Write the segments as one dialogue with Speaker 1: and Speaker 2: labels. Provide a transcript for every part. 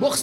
Speaker 1: Box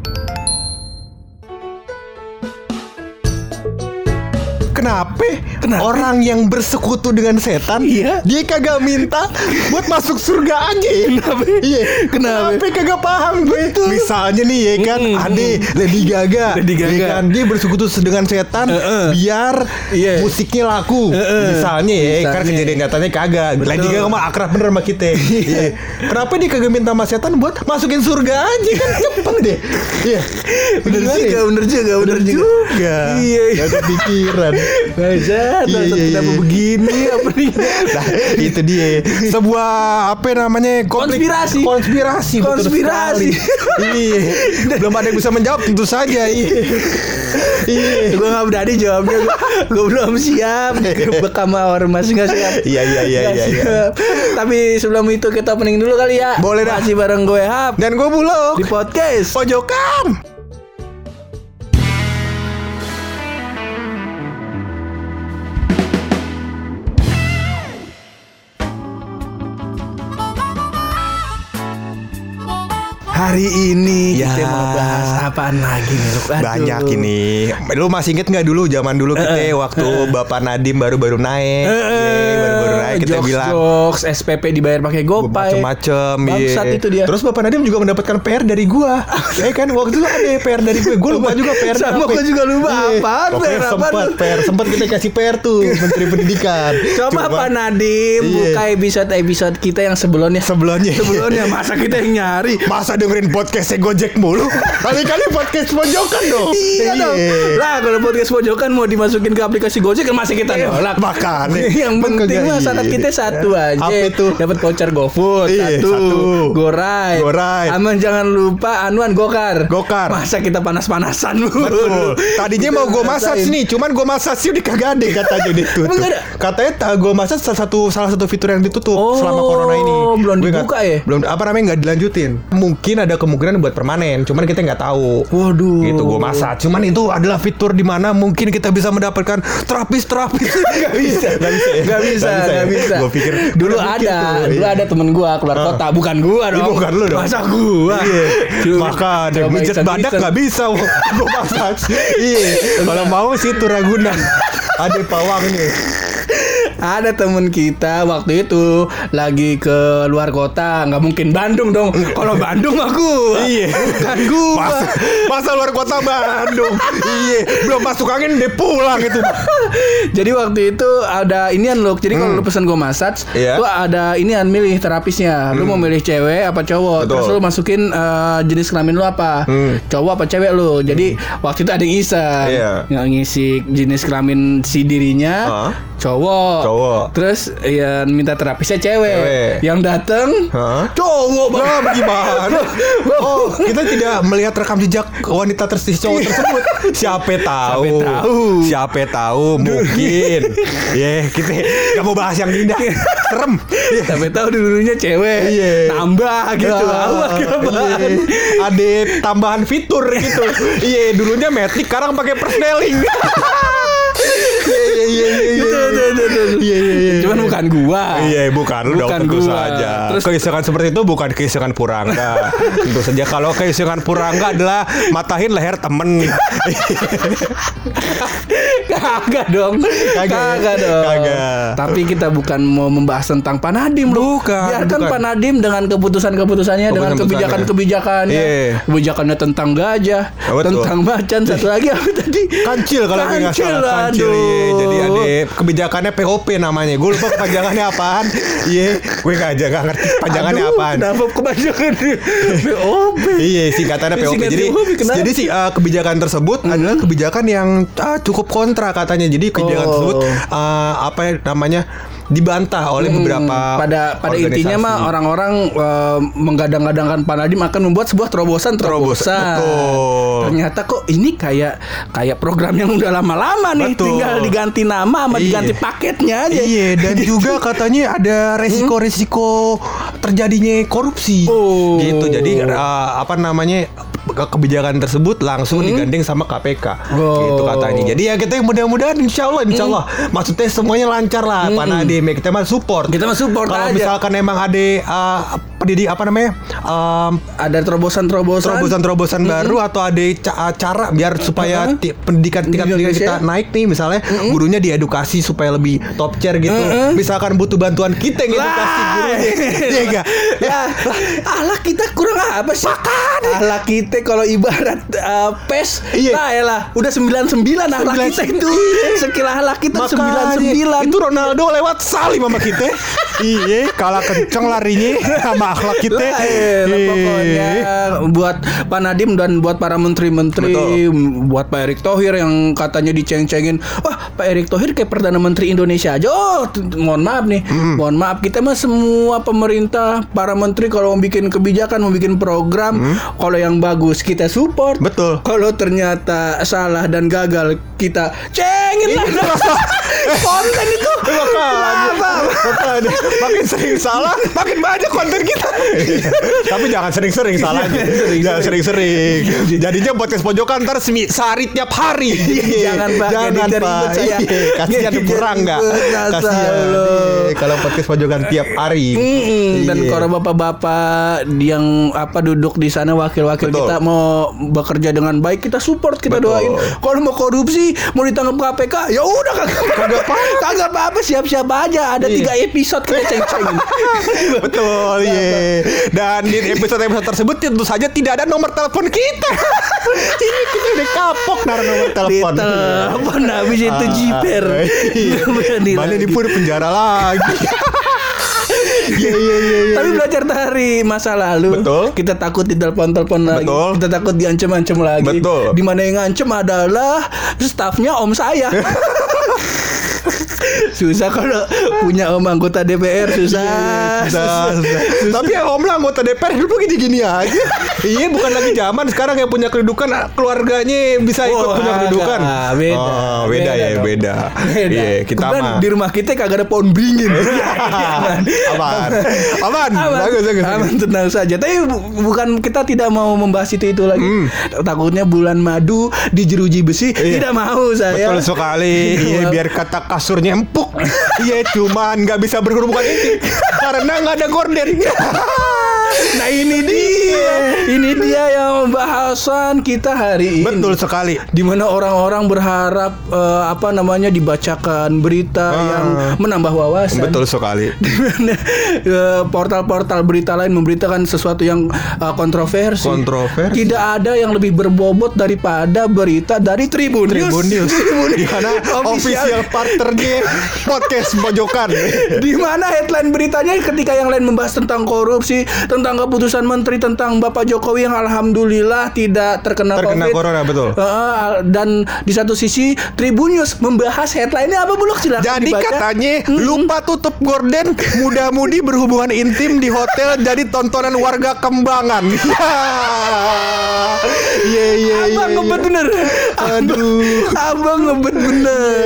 Speaker 2: Kenapa? Orang yang bersekutu dengan setan,
Speaker 3: Iya.
Speaker 2: dia kagak minta buat masuk surga aja. ya?
Speaker 3: Kenapa?
Speaker 2: Iya.
Speaker 3: Kenapa?
Speaker 2: kagak paham gue itu? Misalnya nih ya kan,
Speaker 3: Mm-mm.
Speaker 2: ade Lady Gaga,
Speaker 3: Lady
Speaker 2: ya
Speaker 3: Gaga.
Speaker 2: kan? dia bersekutu dengan setan
Speaker 3: Heeh.
Speaker 2: biar
Speaker 3: Iya.
Speaker 2: musiknya laku.
Speaker 3: Heeh.
Speaker 2: Misalnya ya, kan
Speaker 3: Misalnya.
Speaker 2: kejadian nyatanya kagak. Lady Gaga mah akrab bener sama kita. Iya. Kenapa dia kagak minta sama setan buat masukin surga aja kan cepet deh. Iya.
Speaker 3: Bener
Speaker 2: Gimana
Speaker 3: juga,
Speaker 2: ya?
Speaker 3: bener juga, bener
Speaker 2: Bener
Speaker 3: juga.
Speaker 2: juga.
Speaker 3: Iya, iya.
Speaker 2: Gak kepikiran.
Speaker 3: Baca,
Speaker 2: Iya, iya,
Speaker 3: kenapa
Speaker 2: iya.
Speaker 3: begini apa nih?
Speaker 2: Nah, itu dia sebuah apa namanya konflik-
Speaker 3: Konspirasi.
Speaker 2: konspirasi betul
Speaker 3: Konspirasi.
Speaker 2: sekali. iya belum ada yang bisa menjawab tentu saja iya iya
Speaker 3: gue gak berani jawabnya gue, belum siap Gebek sama ormas gak siap
Speaker 2: Iya, iya, iya,
Speaker 3: Nggak
Speaker 2: iya, iya.
Speaker 3: siap. Tapi sebelum itu kita opening dulu kali ya
Speaker 2: Boleh dah. Oh,
Speaker 3: Masih bareng gue Hap
Speaker 2: dan gue bulog
Speaker 3: Di podcast
Speaker 2: pojokan
Speaker 3: Hari ini
Speaker 2: Ya.
Speaker 3: kita mau bahas apaan lagi nih Luk? Aduh.
Speaker 2: banyak ini lu masih inget nggak dulu zaman dulu kita waktu bapak Nadim baru-baru naik
Speaker 3: Eh,
Speaker 2: Iya, baru-baru naik kita
Speaker 3: jokes,
Speaker 2: bilang
Speaker 3: jokes, SPP dibayar pakai gopay
Speaker 2: macem-macem
Speaker 3: Bangsat
Speaker 2: iya.
Speaker 3: itu dia
Speaker 2: terus bapak Nadim juga mendapatkan PR dari gua ya kan waktu itu ada PR dari gue gue lupa juga PR
Speaker 3: Sama
Speaker 2: apa.
Speaker 3: gua juga lupa.
Speaker 2: Iya.
Speaker 3: Apaan
Speaker 2: Pokoknya
Speaker 3: PR, apaan?
Speaker 2: sempat PR sempat kita kasih PR tuh menteri pendidikan
Speaker 3: Coba Pak Nadim
Speaker 2: Iya.
Speaker 3: buka episode-episode kita yang sebelumnya
Speaker 2: sebelumnya
Speaker 3: Sebelumnya masa kita yang nyari
Speaker 2: masa dengerin podcastnya Gojek mulu kali-kali podcast pojokan dong
Speaker 3: Iya dong. Lah kalau podcast pojokan mau dimasukin ke aplikasi Gojek kan masih kita
Speaker 2: Iya.
Speaker 3: nolak.
Speaker 2: Makanya.
Speaker 3: Yang penting
Speaker 2: Makanya,
Speaker 3: mah syarat
Speaker 2: iya.
Speaker 3: kita satu aja.
Speaker 2: Apa itu?
Speaker 3: Dapat voucher GoFood
Speaker 2: Iya,
Speaker 3: satu,
Speaker 2: satu.
Speaker 3: Goray.
Speaker 2: Goray.
Speaker 3: Aman jangan lupa anuan Gokar.
Speaker 2: Gokar.
Speaker 3: Masa kita panas-panasan dulu.
Speaker 2: Betul. Tadinya mau gue massage nih, cuman gue massage sih udah kagak ada katanya ditutup.
Speaker 3: Emang gak ada?
Speaker 2: Katanya gue massage salah satu salah satu fitur yang ditutup
Speaker 3: Oh,
Speaker 2: selama corona ini.
Speaker 3: belum
Speaker 2: Gue nggak-
Speaker 3: dibuka ya?
Speaker 2: Belum apa namanya nggak dilanjutin. Mungkin ada kemungkinan buat permanen, cuman kita nggak tahu.
Speaker 3: Waduh.
Speaker 2: Gitu gue massage. Cuman itu adalah fitur di mana mungkin kita bisa mendapatkan terapis-terapis. Gak bisa, gak bisa,
Speaker 3: Gak bisa, gak bisa.
Speaker 2: Gue pikir
Speaker 3: dulu
Speaker 2: gua pikir
Speaker 3: ada,
Speaker 2: tuh,
Speaker 3: dulu
Speaker 2: iya.
Speaker 3: ada temen gua keluar kota, bukan gua
Speaker 2: Iya,
Speaker 3: dong.
Speaker 2: bukan lu dong.
Speaker 3: Masa gua.
Speaker 2: Iya.
Speaker 3: Cuma-
Speaker 2: Maka ada
Speaker 3: coba
Speaker 2: mijet
Speaker 3: iseng-iseng.
Speaker 2: badak nggak bisa. Gue massage. Iya. Kalau mau sih itu Ragunan. Ada pawangnya.
Speaker 3: Ada temen kita waktu itu lagi ke luar kota, nggak mungkin Bandung dong. Kalau Bandung mah gua.
Speaker 2: Iya.
Speaker 3: Bukan gua.
Speaker 2: Masa, masa luar kota Bandung. iya. Belum masuk angin dia pulang itu.
Speaker 3: Jadi waktu itu ada inian look. Jadi kalau lu pesan gua massage,
Speaker 2: Hmm. Iya. Hmm.
Speaker 3: tuh ada inian milih terapisnya. Lu mau milih cewek apa cowok?
Speaker 2: Betul. Hmm.
Speaker 3: Terus lu masukin eh, jenis kelamin lu apa? Cowok apa cewek lu. Jadi waktu itu ada yang iseng
Speaker 2: Iya.
Speaker 3: Nggak ngisi jenis kelamin si dirinya.
Speaker 2: Hah?
Speaker 3: Cowok.
Speaker 2: Cowok.
Speaker 3: Terus yang minta terapisnya cewek.
Speaker 2: Cewek.
Speaker 3: Yang dateng
Speaker 2: Hah?
Speaker 3: cowok
Speaker 2: Lah
Speaker 3: banget.
Speaker 2: gimana? Oh, kita tidak melihat rekam jejak wanita tersebut cowok tersebut. Siapa tahu?
Speaker 3: Siapa tahu?
Speaker 2: Siapa tahu? Mungkin. Ya, kita nggak mau bahas yang indah. Serem. Iya.
Speaker 3: Sampai tahu dulunya cewek.
Speaker 2: Iya.
Speaker 3: Nambah gitu.
Speaker 2: Ah,
Speaker 3: Awas
Speaker 2: iya.
Speaker 3: kenapaan.
Speaker 2: Ada tambahan fitur gitu. Iya, dulunya metik, sekarang pakai persneling. Iya, iya, iya, iya, iya.
Speaker 3: Gitu, gitu, gitu, gitu.
Speaker 2: Iya, iya, iya.
Speaker 3: Cuman bukan gua.
Speaker 2: Iya, bukan lu dong
Speaker 3: Bukan
Speaker 2: tentu
Speaker 3: gua.
Speaker 2: saja.
Speaker 3: Terus-
Speaker 2: keisengan seperti itu bukan keisengan purangga. tentu saja kalau keisengan purangga adalah matahin leher temen.
Speaker 3: Kagak dong. Kagak,
Speaker 2: ya?
Speaker 3: dong.
Speaker 2: Kagak.
Speaker 3: Tapi kita bukan mau membahas tentang Panadim loh.
Speaker 2: Bukan,
Speaker 3: Biarkan
Speaker 2: bukan.
Speaker 3: Panadim dengan keputusan-keputusannya, dengan
Speaker 2: Keputusan-keputusannya.
Speaker 3: kebijakan-kebijakannya.
Speaker 2: Iya.
Speaker 3: Kebijakannya tentang gajah,
Speaker 2: Oh, betul.
Speaker 3: tentang macan, satu lagi apa tadi?
Speaker 2: Kancil kalau gue nggak
Speaker 3: Kancil,
Speaker 2: salah. Kancil,
Speaker 3: aduh.
Speaker 2: iya. Jadi ada kebijakannya POP namanya. Gue lupa kepanjangannya apaan. Iya, gue nggak aja nggak ngerti panjangannya
Speaker 3: Aduh,
Speaker 2: apaan.
Speaker 3: Kenapa kebanyakan BOB?
Speaker 2: Iya singkatannya POP.
Speaker 3: Singkatnya
Speaker 2: Jadi
Speaker 3: POP, kenapa? Hmm.
Speaker 2: jadi sih eh, kebijakan tersebut adalah kebijakan yang ah, cukup kontra katanya. Jadi kebijakan
Speaker 3: Oh.
Speaker 2: tersebut eh, apa ya namanya dibantah oleh beberapa
Speaker 3: Hmm. pada pada intinya mah
Speaker 2: organisasi.
Speaker 3: orang-orang eh, menggadang-gadangkan Panadim akan membuat sebuah terobosan
Speaker 2: Terobos-
Speaker 3: terobosan.
Speaker 2: betul.
Speaker 3: Ternyata kok ini kayak kayak program yang udah lama-lama nih,
Speaker 2: Betul.
Speaker 3: tinggal diganti nama sama
Speaker 2: Iya.
Speaker 3: diganti paketnya aja.
Speaker 2: Iya dan juga katanya ada resiko-resiko terjadinya korupsi
Speaker 3: Oh.
Speaker 2: gitu. Jadi eh, apa namanya ke- kebijakan tersebut langsung digandeng sama KPK
Speaker 3: Oh.
Speaker 2: gitu katanya. Jadi ya kita mudah-mudahan Insya Allah Insya Allah maksudnya semuanya lancar lah Pak Nadiem ya, kita mah support.
Speaker 3: Kita mah support
Speaker 2: Kalau
Speaker 3: aja.
Speaker 2: misalkan emang ada eh, pendidik apa namanya? eh, em,
Speaker 3: Ada terobosan-terobosan.
Speaker 2: terobosan-terobosan baru atau ada ca- cara biar supaya
Speaker 3: Mm-mm.
Speaker 2: ti- pendidikan tingkat
Speaker 3: Di
Speaker 2: pendidikan kita
Speaker 3: Indonesia.
Speaker 2: naik nih misalnya gurunya diedukasi supaya lebih top tier gitu.
Speaker 3: Mm-mm.
Speaker 2: Misalkan butuh bantuan kita yang edukasi
Speaker 3: Lah.
Speaker 2: gurunya. Iya enggak?
Speaker 3: Lah, Allah kita kurang apa sih? Makan. Allah kita kalau ibarat eh, pes,
Speaker 2: Iya.
Speaker 3: lah elah, udah 99 Allah kita itu. Sekilah Allah kita
Speaker 2: Makanya,
Speaker 3: 99.
Speaker 2: Itu Ronaldo lewat salim sama kita. iya, kalah kenceng larinya sama akhlak kita.
Speaker 3: Lah, eh, lah, pokoknya
Speaker 2: Iya.
Speaker 3: buat Pak Nadiem dan buat para menteri-menteri,
Speaker 2: Betul.
Speaker 3: m- buat Pak Erick Thohir yang katanya diceng-cengin, wah Pak Erick Thohir kayak perdana menteri Indonesia aja. Oh, t- t- mohon maaf nih,
Speaker 2: Hmm.
Speaker 3: mohon maaf kita mah semua pemerintah, para menteri kalau mau bikin kebijakan, mau bikin program, kalau yang bagus kita support.
Speaker 2: Hmm. Betul.
Speaker 3: Kalau ternyata salah dan gagal kita
Speaker 2: Iya,
Speaker 3: cengin lah. Konten itu.
Speaker 2: Makanya,
Speaker 3: Lah, Pak.
Speaker 2: makanya makin sering salah, makin banyak konten kita. Tapi jangan sering-sering
Speaker 3: Iya,
Speaker 2: salahnya. Jangan sering-sering. Jadinya podcast pojokan ntar semi sari tiap hari.
Speaker 3: Iya, Jangan, Pak.
Speaker 2: Jangan
Speaker 3: Jadi
Speaker 2: pak.
Speaker 3: ribet saya.
Speaker 2: Iya, Kasihan
Speaker 3: Jadi
Speaker 2: kurang nggak?
Speaker 3: ribet, Masya
Speaker 2: Kasihan.
Speaker 3: Allah.
Speaker 2: Iya, Kalau podcast pojokan tiap hari.
Speaker 3: Mm-mm. Dan
Speaker 2: Iya.
Speaker 3: kalau bapak-bapak yang apa duduk di sana wakil-wakil
Speaker 2: Betul.
Speaker 3: kita mau bekerja dengan baik kita support kita
Speaker 2: Betul.
Speaker 3: doain. Kalau mau korupsi mau ditangkap KPK ya udah kagak kagak apa kagak apa-apa siap-siap aja ada
Speaker 2: Iya.
Speaker 3: tiga episode kita ceng-cengin.
Speaker 2: Betul, iya. Dan di episode-episode tersebut tentu saja tidak ada nomor telepon kita. Ini kita udah kapok naruh nomor telepon.
Speaker 3: Telepon habis itu
Speaker 2: Iya. Ah,
Speaker 3: jiper.
Speaker 2: iya.
Speaker 3: Berani
Speaker 2: Balik
Speaker 3: lagi.
Speaker 2: di pun penjara lagi. Iya iya iya. iya.
Speaker 3: Tapi belajar dari masa lalu.
Speaker 2: Betul.
Speaker 3: Kita takut ditelepon-telepon lagi.
Speaker 2: Betul.
Speaker 3: Kita takut diancam-ancam lagi.
Speaker 2: Betul.
Speaker 3: Dimana yang ngancem adalah stafnya om saya. susah kalau punya om anggota DPR susah.
Speaker 2: Iya, Susah, susah. Tapi ya Om lah anggota DPR dulu gini-gini gitu aja. iya bukan lagi zaman sekarang yang punya kedudukan keluarganya bisa ikut
Speaker 3: Wah,
Speaker 2: punya kedudukan.
Speaker 3: agak beda.
Speaker 2: Oh, beda, ya
Speaker 3: dong.
Speaker 2: beda.
Speaker 3: Beda.
Speaker 2: Iya kita
Speaker 3: Kebetulan
Speaker 2: mah.
Speaker 3: di rumah kita kagak ada pohon beringin.
Speaker 2: Aman. Aman. Aman.
Speaker 3: Aman.
Speaker 2: Bagus bagus.
Speaker 3: Aman, tenang saja. Tapi bu- bukan kita tidak mau membahas itu itu lagi.
Speaker 2: Hmm.
Speaker 3: Takutnya bulan madu di jeruji besi
Speaker 2: Iya.
Speaker 3: tidak mau saya.
Speaker 2: Betul sekali.
Speaker 3: Iya,
Speaker 2: Iya
Speaker 3: Bang.
Speaker 2: biar kata kasurnya empuk. Iya cuman nggak bisa berhubungan intim karena nggak ada gorden.
Speaker 3: Iya. Nah ini dia, ini dia yang bahasan kita hari ini.
Speaker 2: Betul sekali.
Speaker 3: di mana orang-orang berharap eh, apa namanya dibacakan
Speaker 2: Ah.
Speaker 3: berita yang menambah wawasan.
Speaker 2: Betul sekali.
Speaker 3: Di mana, eh, portal-portal berita lain memberitakan sesuatu yang eh, kontroversi.
Speaker 2: Kontroversi.
Speaker 3: Tidak ada yang lebih berbobot daripada berita dari Tribun News.
Speaker 2: Tribun News. Di mana official
Speaker 3: official.
Speaker 2: partnernya podcast pojokan.
Speaker 3: Di mana headline beritanya ketika yang lain membahas tentang korupsi, tentang keputusan menteri, tentang Bapak Jokowi yang alhamdulillah tidak terkena,
Speaker 2: Terkena
Speaker 3: COVID.
Speaker 2: corona betul.
Speaker 3: Eh, dan di satu sisi Tribun News membahas headline-nya apa Buluk silakan
Speaker 2: Jadi
Speaker 3: dibaca.
Speaker 2: katanya lupa tutup gorden, muda-mudi berhubungan intim di hotel jadi tontonan warga kembangan. Ya. Iya iya iya.
Speaker 3: Abang
Speaker 2: iya.
Speaker 3: ngebet bener
Speaker 2: Aduh.
Speaker 3: Abang ngebet bener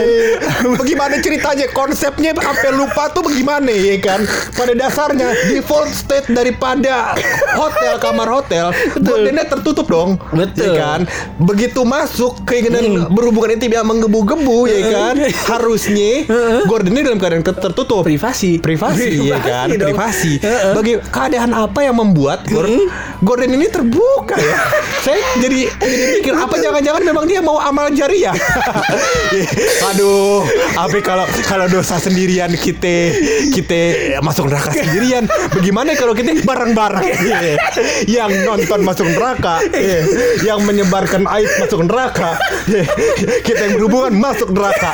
Speaker 2: Bagaimana ceritanya konsepnya sampai lupa tuh bagaimana ya kan? Pada dasarnya default state daripada hotel kamar hotel gordennya tertutup dong.
Speaker 3: Betul. Hmm.
Speaker 2: Ya kan? Begitu masuk keinginan berhubungan intim yang menggebu-gebu ya
Speaker 3: Eh,
Speaker 2: kan? Harusnya gordennya dalam keadaan ter- tertutup.
Speaker 3: Privasi
Speaker 2: Privasi ya kan
Speaker 3: dong. Eh,
Speaker 2: privasi.
Speaker 3: Heeh. Hmm.
Speaker 2: Bagi keadaan apa yang membuat
Speaker 3: eh.
Speaker 2: gor- gorden ini terbuka ya? Saya jadi jadi mikir apa jangan-jangan memang dia mau amal ya? jariah? Aduh, tapi kalau kalau dosa sendirian kita kita masuk neraka sendirian. Bagaimana kalau kita bareng-bareng? Iya. yang nonton masuk neraka, iya. yang menyebarkan aib masuk neraka, iya. kita yang berhubungan masuk neraka.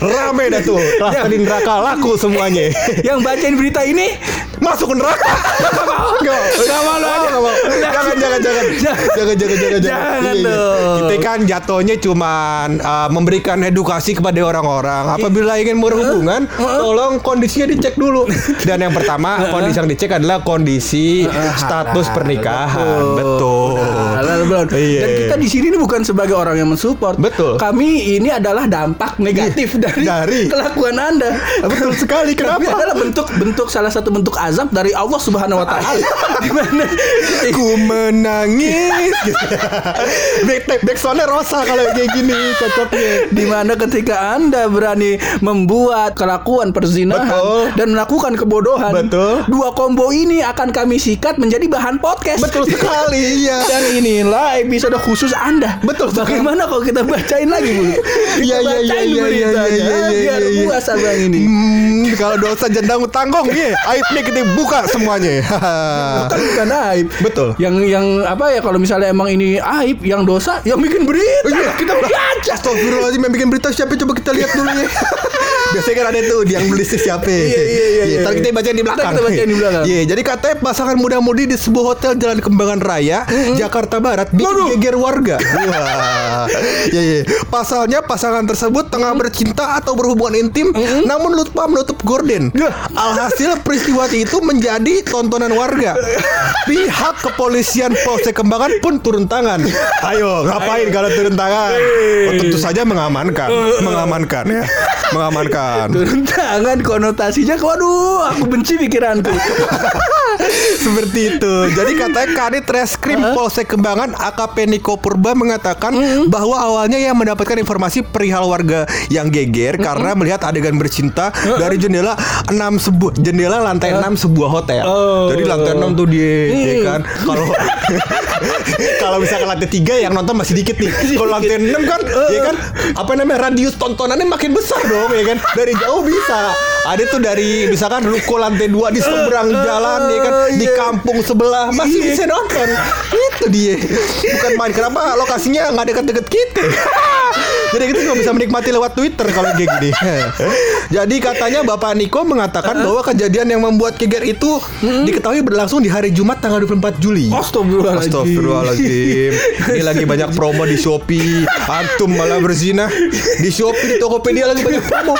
Speaker 2: Rame dah tuh, rasa di neraka laku semuanya
Speaker 3: Yang bacain berita ini
Speaker 2: masuk neraka. Gak mau. Gak mau. Gak mau. Jangan, jangan, jangan. Jangan, jangan, jangan.
Speaker 3: Jangan
Speaker 2: Iya, iya.
Speaker 3: dong.
Speaker 2: Kita kan jatuhnya cuman eh, memberikan edukasi kepada orang-orang. Apabila ingin berhubungan, tolong kondisinya dicek dulu. Dan yang pertama, kondisi yang dicek adalah kondisi status pernikahan. Betul.
Speaker 3: Halal background.
Speaker 2: Iya.
Speaker 3: Dan kita di sini ini bukan sebagai orang yang mensupport.
Speaker 2: Betul. Iya.
Speaker 3: Kami ini adalah dampak negatif dari,
Speaker 2: Dari.
Speaker 3: kelakuan Anda.
Speaker 2: Ah, Betul sekali.
Speaker 3: Tapi
Speaker 2: Kenapa?
Speaker 3: adalah bentuk bentuk salah satu bentuk azab dari Allah Subhanahu wa
Speaker 2: Ah, iya.
Speaker 3: taala. Di mana
Speaker 2: Ku menangis gitu. back, back, back soundnya rosa kalau kayak gini cocoknya
Speaker 3: di mana ketika Anda berani membuat kelakuan perzinahan
Speaker 2: Betul.
Speaker 3: dan melakukan kebodohan.
Speaker 2: Betul.
Speaker 3: Dua kombo ini akan kami sikat menjadi bahan podcast.
Speaker 2: Betul sekali iya
Speaker 3: Dan inilah episode khusus Anda.
Speaker 2: Betul sekali.
Speaker 3: Bagaimana kalau kita bacain lagi dulu?
Speaker 2: Iya, iya, iya,
Speaker 3: bacain
Speaker 2: iya, iya,
Speaker 3: beritanya,
Speaker 2: iya, iya, iya,
Speaker 3: Biar
Speaker 2: iya.
Speaker 3: puas abang ini.
Speaker 2: Hmm, kalau dosa jendang tanggung ya, aibnya kita buka semuanya. Hahaha.
Speaker 3: Bukan Kan bukan aib.
Speaker 2: Betul.
Speaker 3: Yang yang apa ya kalau misalnya emang ini aib, yang dosa, yang bikin berita.
Speaker 2: Oh iya,
Speaker 3: Ya Kita baca.
Speaker 2: Astagfirullahaladzim yang bikin berita siapa coba kita lihat dulu ya. Biasanya kan ada tuh yang melistir siapa.
Speaker 3: Iya, iya, iya, iya.
Speaker 2: Ntar kita baca di
Speaker 3: Ntar
Speaker 2: belakang.
Speaker 3: kita bacain di belakang.
Speaker 2: Iya, jadi katanya pasangan muda-mudi di sebuah hotel Jalan Kembangan Raya, Jakarta Barat bikin
Speaker 3: Waduh.
Speaker 2: geger warga. Wah. Iya, iya. Pasalnya pasangan tersebut tengah bercinta atau berhubungan intim, namun lupa menutup gorden.
Speaker 3: Yah.
Speaker 2: Alhasil peristiwa itu menjadi tontonan warga. Pihak kepolisian Polsek Kembangan pun turun tangan. Ayo, ngapain kalau turun tangan? Oh, tentu saja mengamankan, mengamankan ya, mengamankan.
Speaker 3: Turun tangan konotasinya waduh aku benci pikiranku.
Speaker 2: Seperti itu. Jadi katanya Kadit Reskrim Polsek Kembangan AKP Niko Purba mengatakan bahwa awalnya yang mendapatkan informasi perihal warga yang geger karena melihat adegan bercinta dari jendela 6 sebuah jendela lantai 6 sebuah hotel.
Speaker 3: Oh.
Speaker 2: Jadi lantai 6 tuh dia ya
Speaker 3: Hmm.
Speaker 2: kan. Kalau kalau bisa ke lantai 3 yang nonton masih dikit nih. Kalau lantai 6 kan ya kan apa namanya radius tontonannya makin besar dong ya kan. Dari jauh bisa. Ada tuh dari misalkan ruko lantai 2 di seberang jalan ya kan di
Speaker 3: Iya.
Speaker 2: kampung sebelah masih
Speaker 3: Iya.
Speaker 2: bisa nonton. Itu dia. Bukan main kenapa lokasinya nggak deket-deket kita. Jadi kita nggak bisa menikmati lewat Twitter kalau kayak gini. Jadi katanya Bapak Niko mengatakan bahwa kejadian yang membuat geger itu
Speaker 3: Hmm?
Speaker 2: diketahui berlangsung di hari Jumat tanggal 24 Juli.
Speaker 3: Astagfirullahaladzim.
Speaker 2: Astagfirullahaladzim Ini lagi banyak promo di Shopee Antum malah berzina Di Shopee, di Tokopedia lagi banyak promo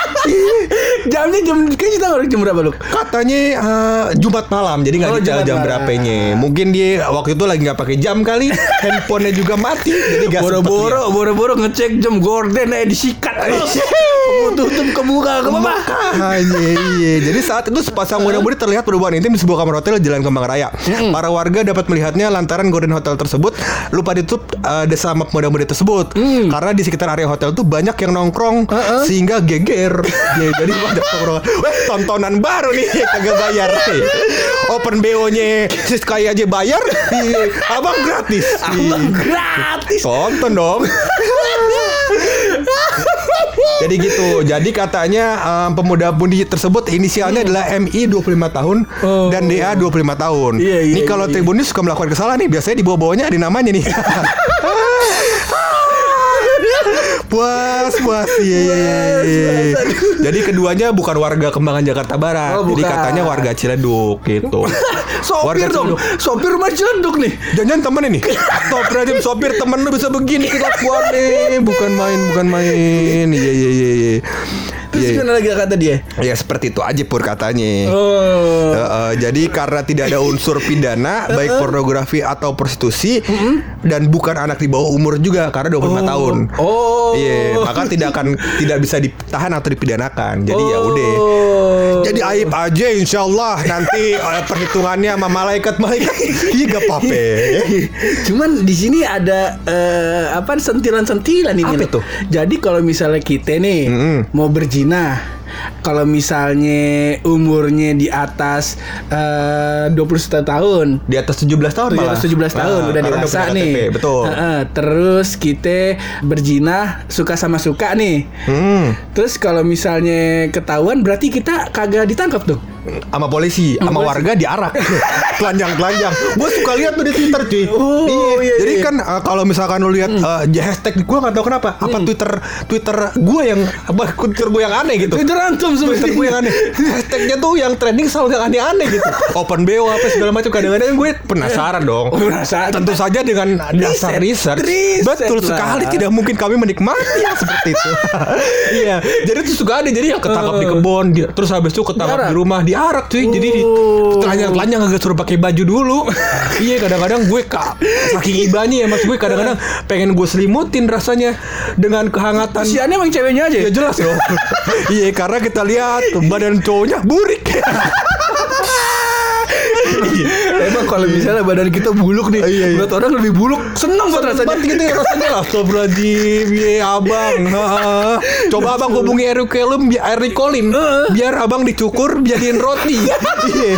Speaker 3: Jamnya jam kayaknya kita nggak jam berapa lu?
Speaker 2: Katanya eh, Jumat malam, jadi nggak
Speaker 3: Oh,
Speaker 2: detail
Speaker 3: Jumat
Speaker 2: jam
Speaker 3: malam.
Speaker 2: berapanya. Mungkin dia waktu itu lagi nggak pakai jam kali, handphonenya juga mati, jadi nggak sempet iya. lihat.
Speaker 3: Boro-boro, boro-boro ngecek jam gorden eh disikat. Kamu tutup ke muka ke mama.
Speaker 2: Makanya iya. Jadi saat itu sepasang muda-mudi terlihat berhubungan intim di sebuah kamar hotel di Jalan Kembang Raya. Para warga dapat melihatnya lantaran gorden hotel tersebut lupa ditutup eh, desa map muda-mudi tersebut. Karena di sekitar area hotel tuh banyak yang nongkrong sehingga geger. Ya, jadi banyak nongkrong. Wah, tontonan baru nih kagak bayar. Hei, Open BO-nya Siska aja bayar, Ih, abang gratis. Ih.
Speaker 3: Abang gratis.
Speaker 2: Tonton dong. Jadi gitu. Jadi katanya em, pemuda pemudi tersebut inisialnya adalah MI 25 tahun
Speaker 3: Oh.
Speaker 2: dan DA 25 tahun.
Speaker 3: Iya, iya,
Speaker 2: Ini kalau
Speaker 3: iya.
Speaker 2: Tribunnews suka melakukan kesalahan nih, biasanya di bawah-bawahnya ada namanya nih. puas, puas. Iya, iya, iya, iya. Jadi keduanya bukan warga Kembangan Jakarta Barat.
Speaker 3: Oh,
Speaker 2: Jadi
Speaker 3: bukan.
Speaker 2: katanya warga Ciledug gitu.
Speaker 3: Sopir
Speaker 2: Warga
Speaker 3: dong.
Speaker 2: Ciledug.
Speaker 3: Sopir rumah Ciledug nih.
Speaker 2: Jangan temen ini Sopir aja sopir temen lu bisa begini kelakuan nih Bukan main bukan main Iya iya iya iya
Speaker 3: Terus
Speaker 2: Iya,
Speaker 3: gimana lagi kata dia?
Speaker 2: Iya seperti itu aja pur katanya
Speaker 3: Oh.
Speaker 2: Eh, eh, jadi karena tidak ada unsur pidana
Speaker 3: Eh,
Speaker 2: baik pornografi atau prostitusi dan bukan anak di bawah umur juga karena 25 tahun.
Speaker 3: Oh.
Speaker 2: Iya, maka tidak akan tidak bisa ditahan atau dipidanakan. Jadi ya udah.
Speaker 3: Oh.
Speaker 2: Jadi aib aja insya Allah nanti eh, perhitungannya sama malaikat-malaikat. Iya gak apa-apa.
Speaker 3: Cuman di sini ada eh, apa sentilan-sentilan
Speaker 2: Apa
Speaker 3: ini. Nek.
Speaker 2: tuh?
Speaker 3: Jadi kalau misalnya kita nih
Speaker 2: Mm-mm.
Speaker 3: mau berzina, kalau misalnya umurnya di atas eh, 21 tahun,
Speaker 2: Di atas 17 tahun
Speaker 3: di
Speaker 2: malah.
Speaker 3: atas 17 tahun
Speaker 2: Ah,
Speaker 3: udah
Speaker 2: karena
Speaker 3: dewasa
Speaker 2: punya
Speaker 3: nih.
Speaker 2: KTP, Betul.
Speaker 3: Heeh, terus kita berzina suka sama suka nih.
Speaker 2: Hmm,
Speaker 3: Terus kalau misalnya ketahuan berarti kita kagak ditangkap dong.
Speaker 2: sama polisi, sama
Speaker 3: polisi.
Speaker 2: warga diarak. Telanjang-telanjang. Gue suka lihat tuh di Twitter, cuy.
Speaker 3: Oh, iya, Hmm.
Speaker 2: Jadi
Speaker 3: iya.
Speaker 2: kan eh, kalau misalkan lu lihat eh, hashtag gue gak tahu kenapa, apa
Speaker 3: Hmm.
Speaker 2: Twitter Twitter gue yang apa Twitter gue yang aneh gitu.
Speaker 3: Itu rantum
Speaker 2: Twitter
Speaker 3: sebenarnya.
Speaker 2: gue yang aneh Hashtagnya tuh yang trending selalu yang aneh-aneh gitu Open BO apa segala macam Kadang-kadang gue penasaran dong
Speaker 3: Oh, penasaran.
Speaker 2: Tentu saja dengan dasar
Speaker 3: Riset,
Speaker 2: research
Speaker 3: riset
Speaker 2: Betul
Speaker 3: lah.
Speaker 2: sekali Tidak mungkin kami menikmati yang seperti itu Iya Jadi itu suka ada Jadi yang ketangkap di
Speaker 3: Eh.
Speaker 2: kebun di- Terus habis itu ketangkap
Speaker 3: Diarak.
Speaker 2: di rumah Diarak cuy Jadi di
Speaker 3: Oh.
Speaker 2: telanjang-telanjang agak suruh pakai baju dulu Iya kadang-kadang gue kak Saking ibanya Iya maksud gue kadang-kadang pengen gue selimutin rasanya dengan kehangatan.
Speaker 3: Kasihannya emang ceweknya aja.
Speaker 2: Ya
Speaker 3: Ya,
Speaker 2: jelas dong. iya karena kita lihat badan cowoknya burik.
Speaker 3: emang kalau misalnya badan kita buluk nih,
Speaker 2: Iya, iya.
Speaker 3: buat orang lebih buluk, seneng buat rasanya.
Speaker 2: Banget gitu ya rasanya lah Astagfirullahaladzim Ye abang Ah. Coba abang hubungi Eric Kolim bi- Eric Kolim Biar abang dicukur Biarin roti Iya.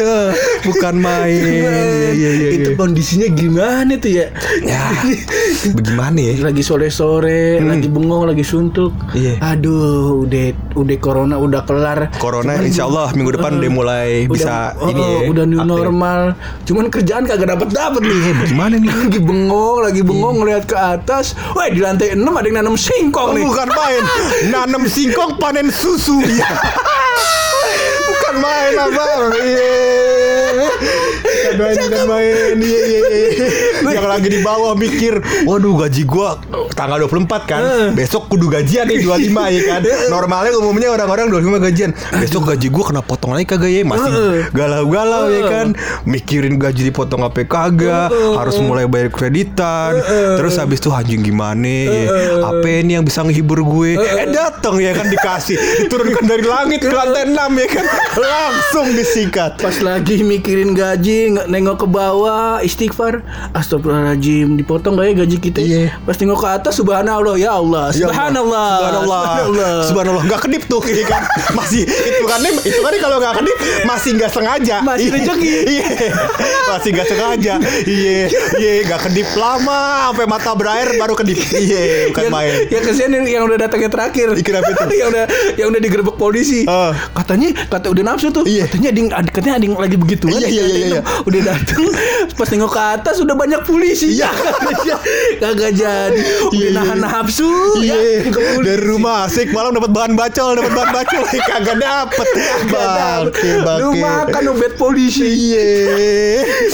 Speaker 2: Eh, Bukan main Iya, iya, iya,
Speaker 3: Itu
Speaker 2: iya.
Speaker 3: kondisinya gimana tuh ya?
Speaker 2: Ya Bagaimana ya
Speaker 3: lagi sore-sore, lagi bengong, lagi suntuk.
Speaker 2: Hmm. Iya.
Speaker 3: Aduh, udah udah corona udah kelar.
Speaker 2: Corona
Speaker 3: Cuman
Speaker 2: insya Allah minggu depan udah mulai
Speaker 3: udah-
Speaker 2: bisa
Speaker 3: oh,
Speaker 2: ini
Speaker 3: oh,
Speaker 2: ya,
Speaker 3: udah new
Speaker 2: aktif.
Speaker 3: normal. Cuman kerjaan kagak dapat dapat nih.
Speaker 2: Gimana nih?
Speaker 3: lagi bengong, lagi bengong
Speaker 2: Iya.
Speaker 3: ngeliat ke atas. Wah, di lantai 6 ada yang nanam singkong nih.
Speaker 2: Bukan main Nanam singkong panen susu ya. Bukan main abang Iya. Doain bukan main Iya iya iya
Speaker 3: Nah.
Speaker 2: Yang lagi di bawah mikir Waduh gaji gua tanggal 24 kan
Speaker 3: Nah.
Speaker 2: Besok kudu gajian nih 25 ya kan Normalnya umumnya orang-orang 25 gajian Besok gaji gua kena potong lagi kagak ya Masih galau-galau ya kan Mikirin gaji dipotong apa kagak Harus mulai bayar kreditan Terus habis itu anjing gimana ya Apa ini yang bisa ngehibur gue Eh datang ya kan dikasih Diturunkan dari langit ke lantai 6 ya kan Langsung disikat
Speaker 3: Pas lagi mikirin gaji, nge- nengok ke bawah, istighfar. Astagfirullahaladzim, dipotong gak ya gaji kita?
Speaker 2: Iya.
Speaker 3: Pas nengok ke atas, subhanallah, ya Allah,
Speaker 2: Ya
Speaker 3: subhanallah, Ya
Speaker 2: Subhanallah. Subhanallah. Subhanallah. Nggak kedip tuh iya kan. Masih itu kan itu kan kalau nggak kedip masih nggak sengaja.
Speaker 3: Masih
Speaker 2: Iya.
Speaker 3: rezeki.
Speaker 2: Iya. Masih nggak sengaja. Iya. Iya nggak kedip lama sampai mata berair baru kedip. Iya, bukan
Speaker 3: yang,
Speaker 2: main.
Speaker 3: yang kesian yang, yang udah datangnya terakhir.
Speaker 2: Ih, kenapa itu?
Speaker 3: yang udah yang udah digerebek polisi.
Speaker 2: Eh.
Speaker 3: Katanya kata udah nafsu tuh.
Speaker 2: Iya.
Speaker 3: Katanya ading ad- katanya ading lagi begitu.
Speaker 2: Iya, iya, iya, iya.
Speaker 3: Udah datang pas nengok ke atas udah banyak polisi.
Speaker 2: Iya.
Speaker 3: Kagak jadi.
Speaker 2: Iya,
Speaker 3: Udah
Speaker 2: iya.
Speaker 3: nahan nafsu. Ya,
Speaker 2: Iya,
Speaker 3: ke polisi.
Speaker 2: dari rumah asik malam dapat bahan bacol, dapat bahan bacol kagak dapet.
Speaker 3: Kadang,
Speaker 2: Bangke,
Speaker 3: Lu
Speaker 2: bangke.
Speaker 3: makan obat polisi.
Speaker 2: Iya,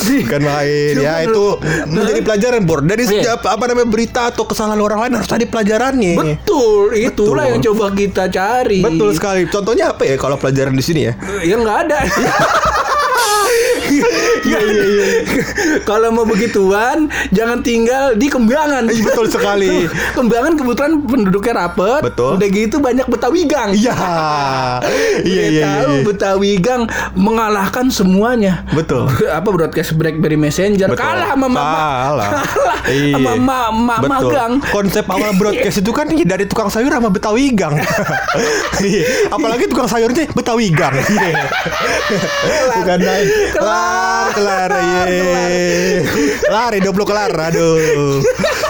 Speaker 2: bukan main ya
Speaker 3: Cuman-
Speaker 2: itu menjadi pelajaran bor dari setiap apa namanya berita atau kesalahan orang lain harus ada pelajarannya.
Speaker 3: Betul, itulah
Speaker 2: Betul.
Speaker 3: yang coba kita cari.
Speaker 2: Betul sekali. Contohnya apa ya kalau pelajaran di sini ya?
Speaker 3: Ya nggak ada.
Speaker 2: iya,
Speaker 3: Nggak ada. Kalau mau begituan, jangan tinggal di Kembangan.
Speaker 2: Iya, betul sekali.
Speaker 3: Kembangan kebetulan penduduknya rapet.
Speaker 2: Betul.
Speaker 3: Udah gitu banyak Betawi gang.
Speaker 2: Iya. Iya
Speaker 3: Kita
Speaker 2: iya
Speaker 3: Tahu
Speaker 2: iya.
Speaker 3: Betawi gang mengalahkan semuanya.
Speaker 2: Betul.
Speaker 3: Apa broadcast BlackBerry Messenger
Speaker 2: Betul.
Speaker 3: kalah sama mama.
Speaker 2: Kalah.
Speaker 3: Kalah
Speaker 2: Iya.
Speaker 3: sama ma- ma-
Speaker 2: Betul.
Speaker 3: magang.
Speaker 2: Konsep awal broadcast itu kan dari tukang sayur sama Betawi gang. Iya. Apalagi tukang sayurnya Betawi gang. Iya. Bukan main. Kelar, kelar,
Speaker 3: Kelar.
Speaker 2: iya. Lari 20 kelar, aduh.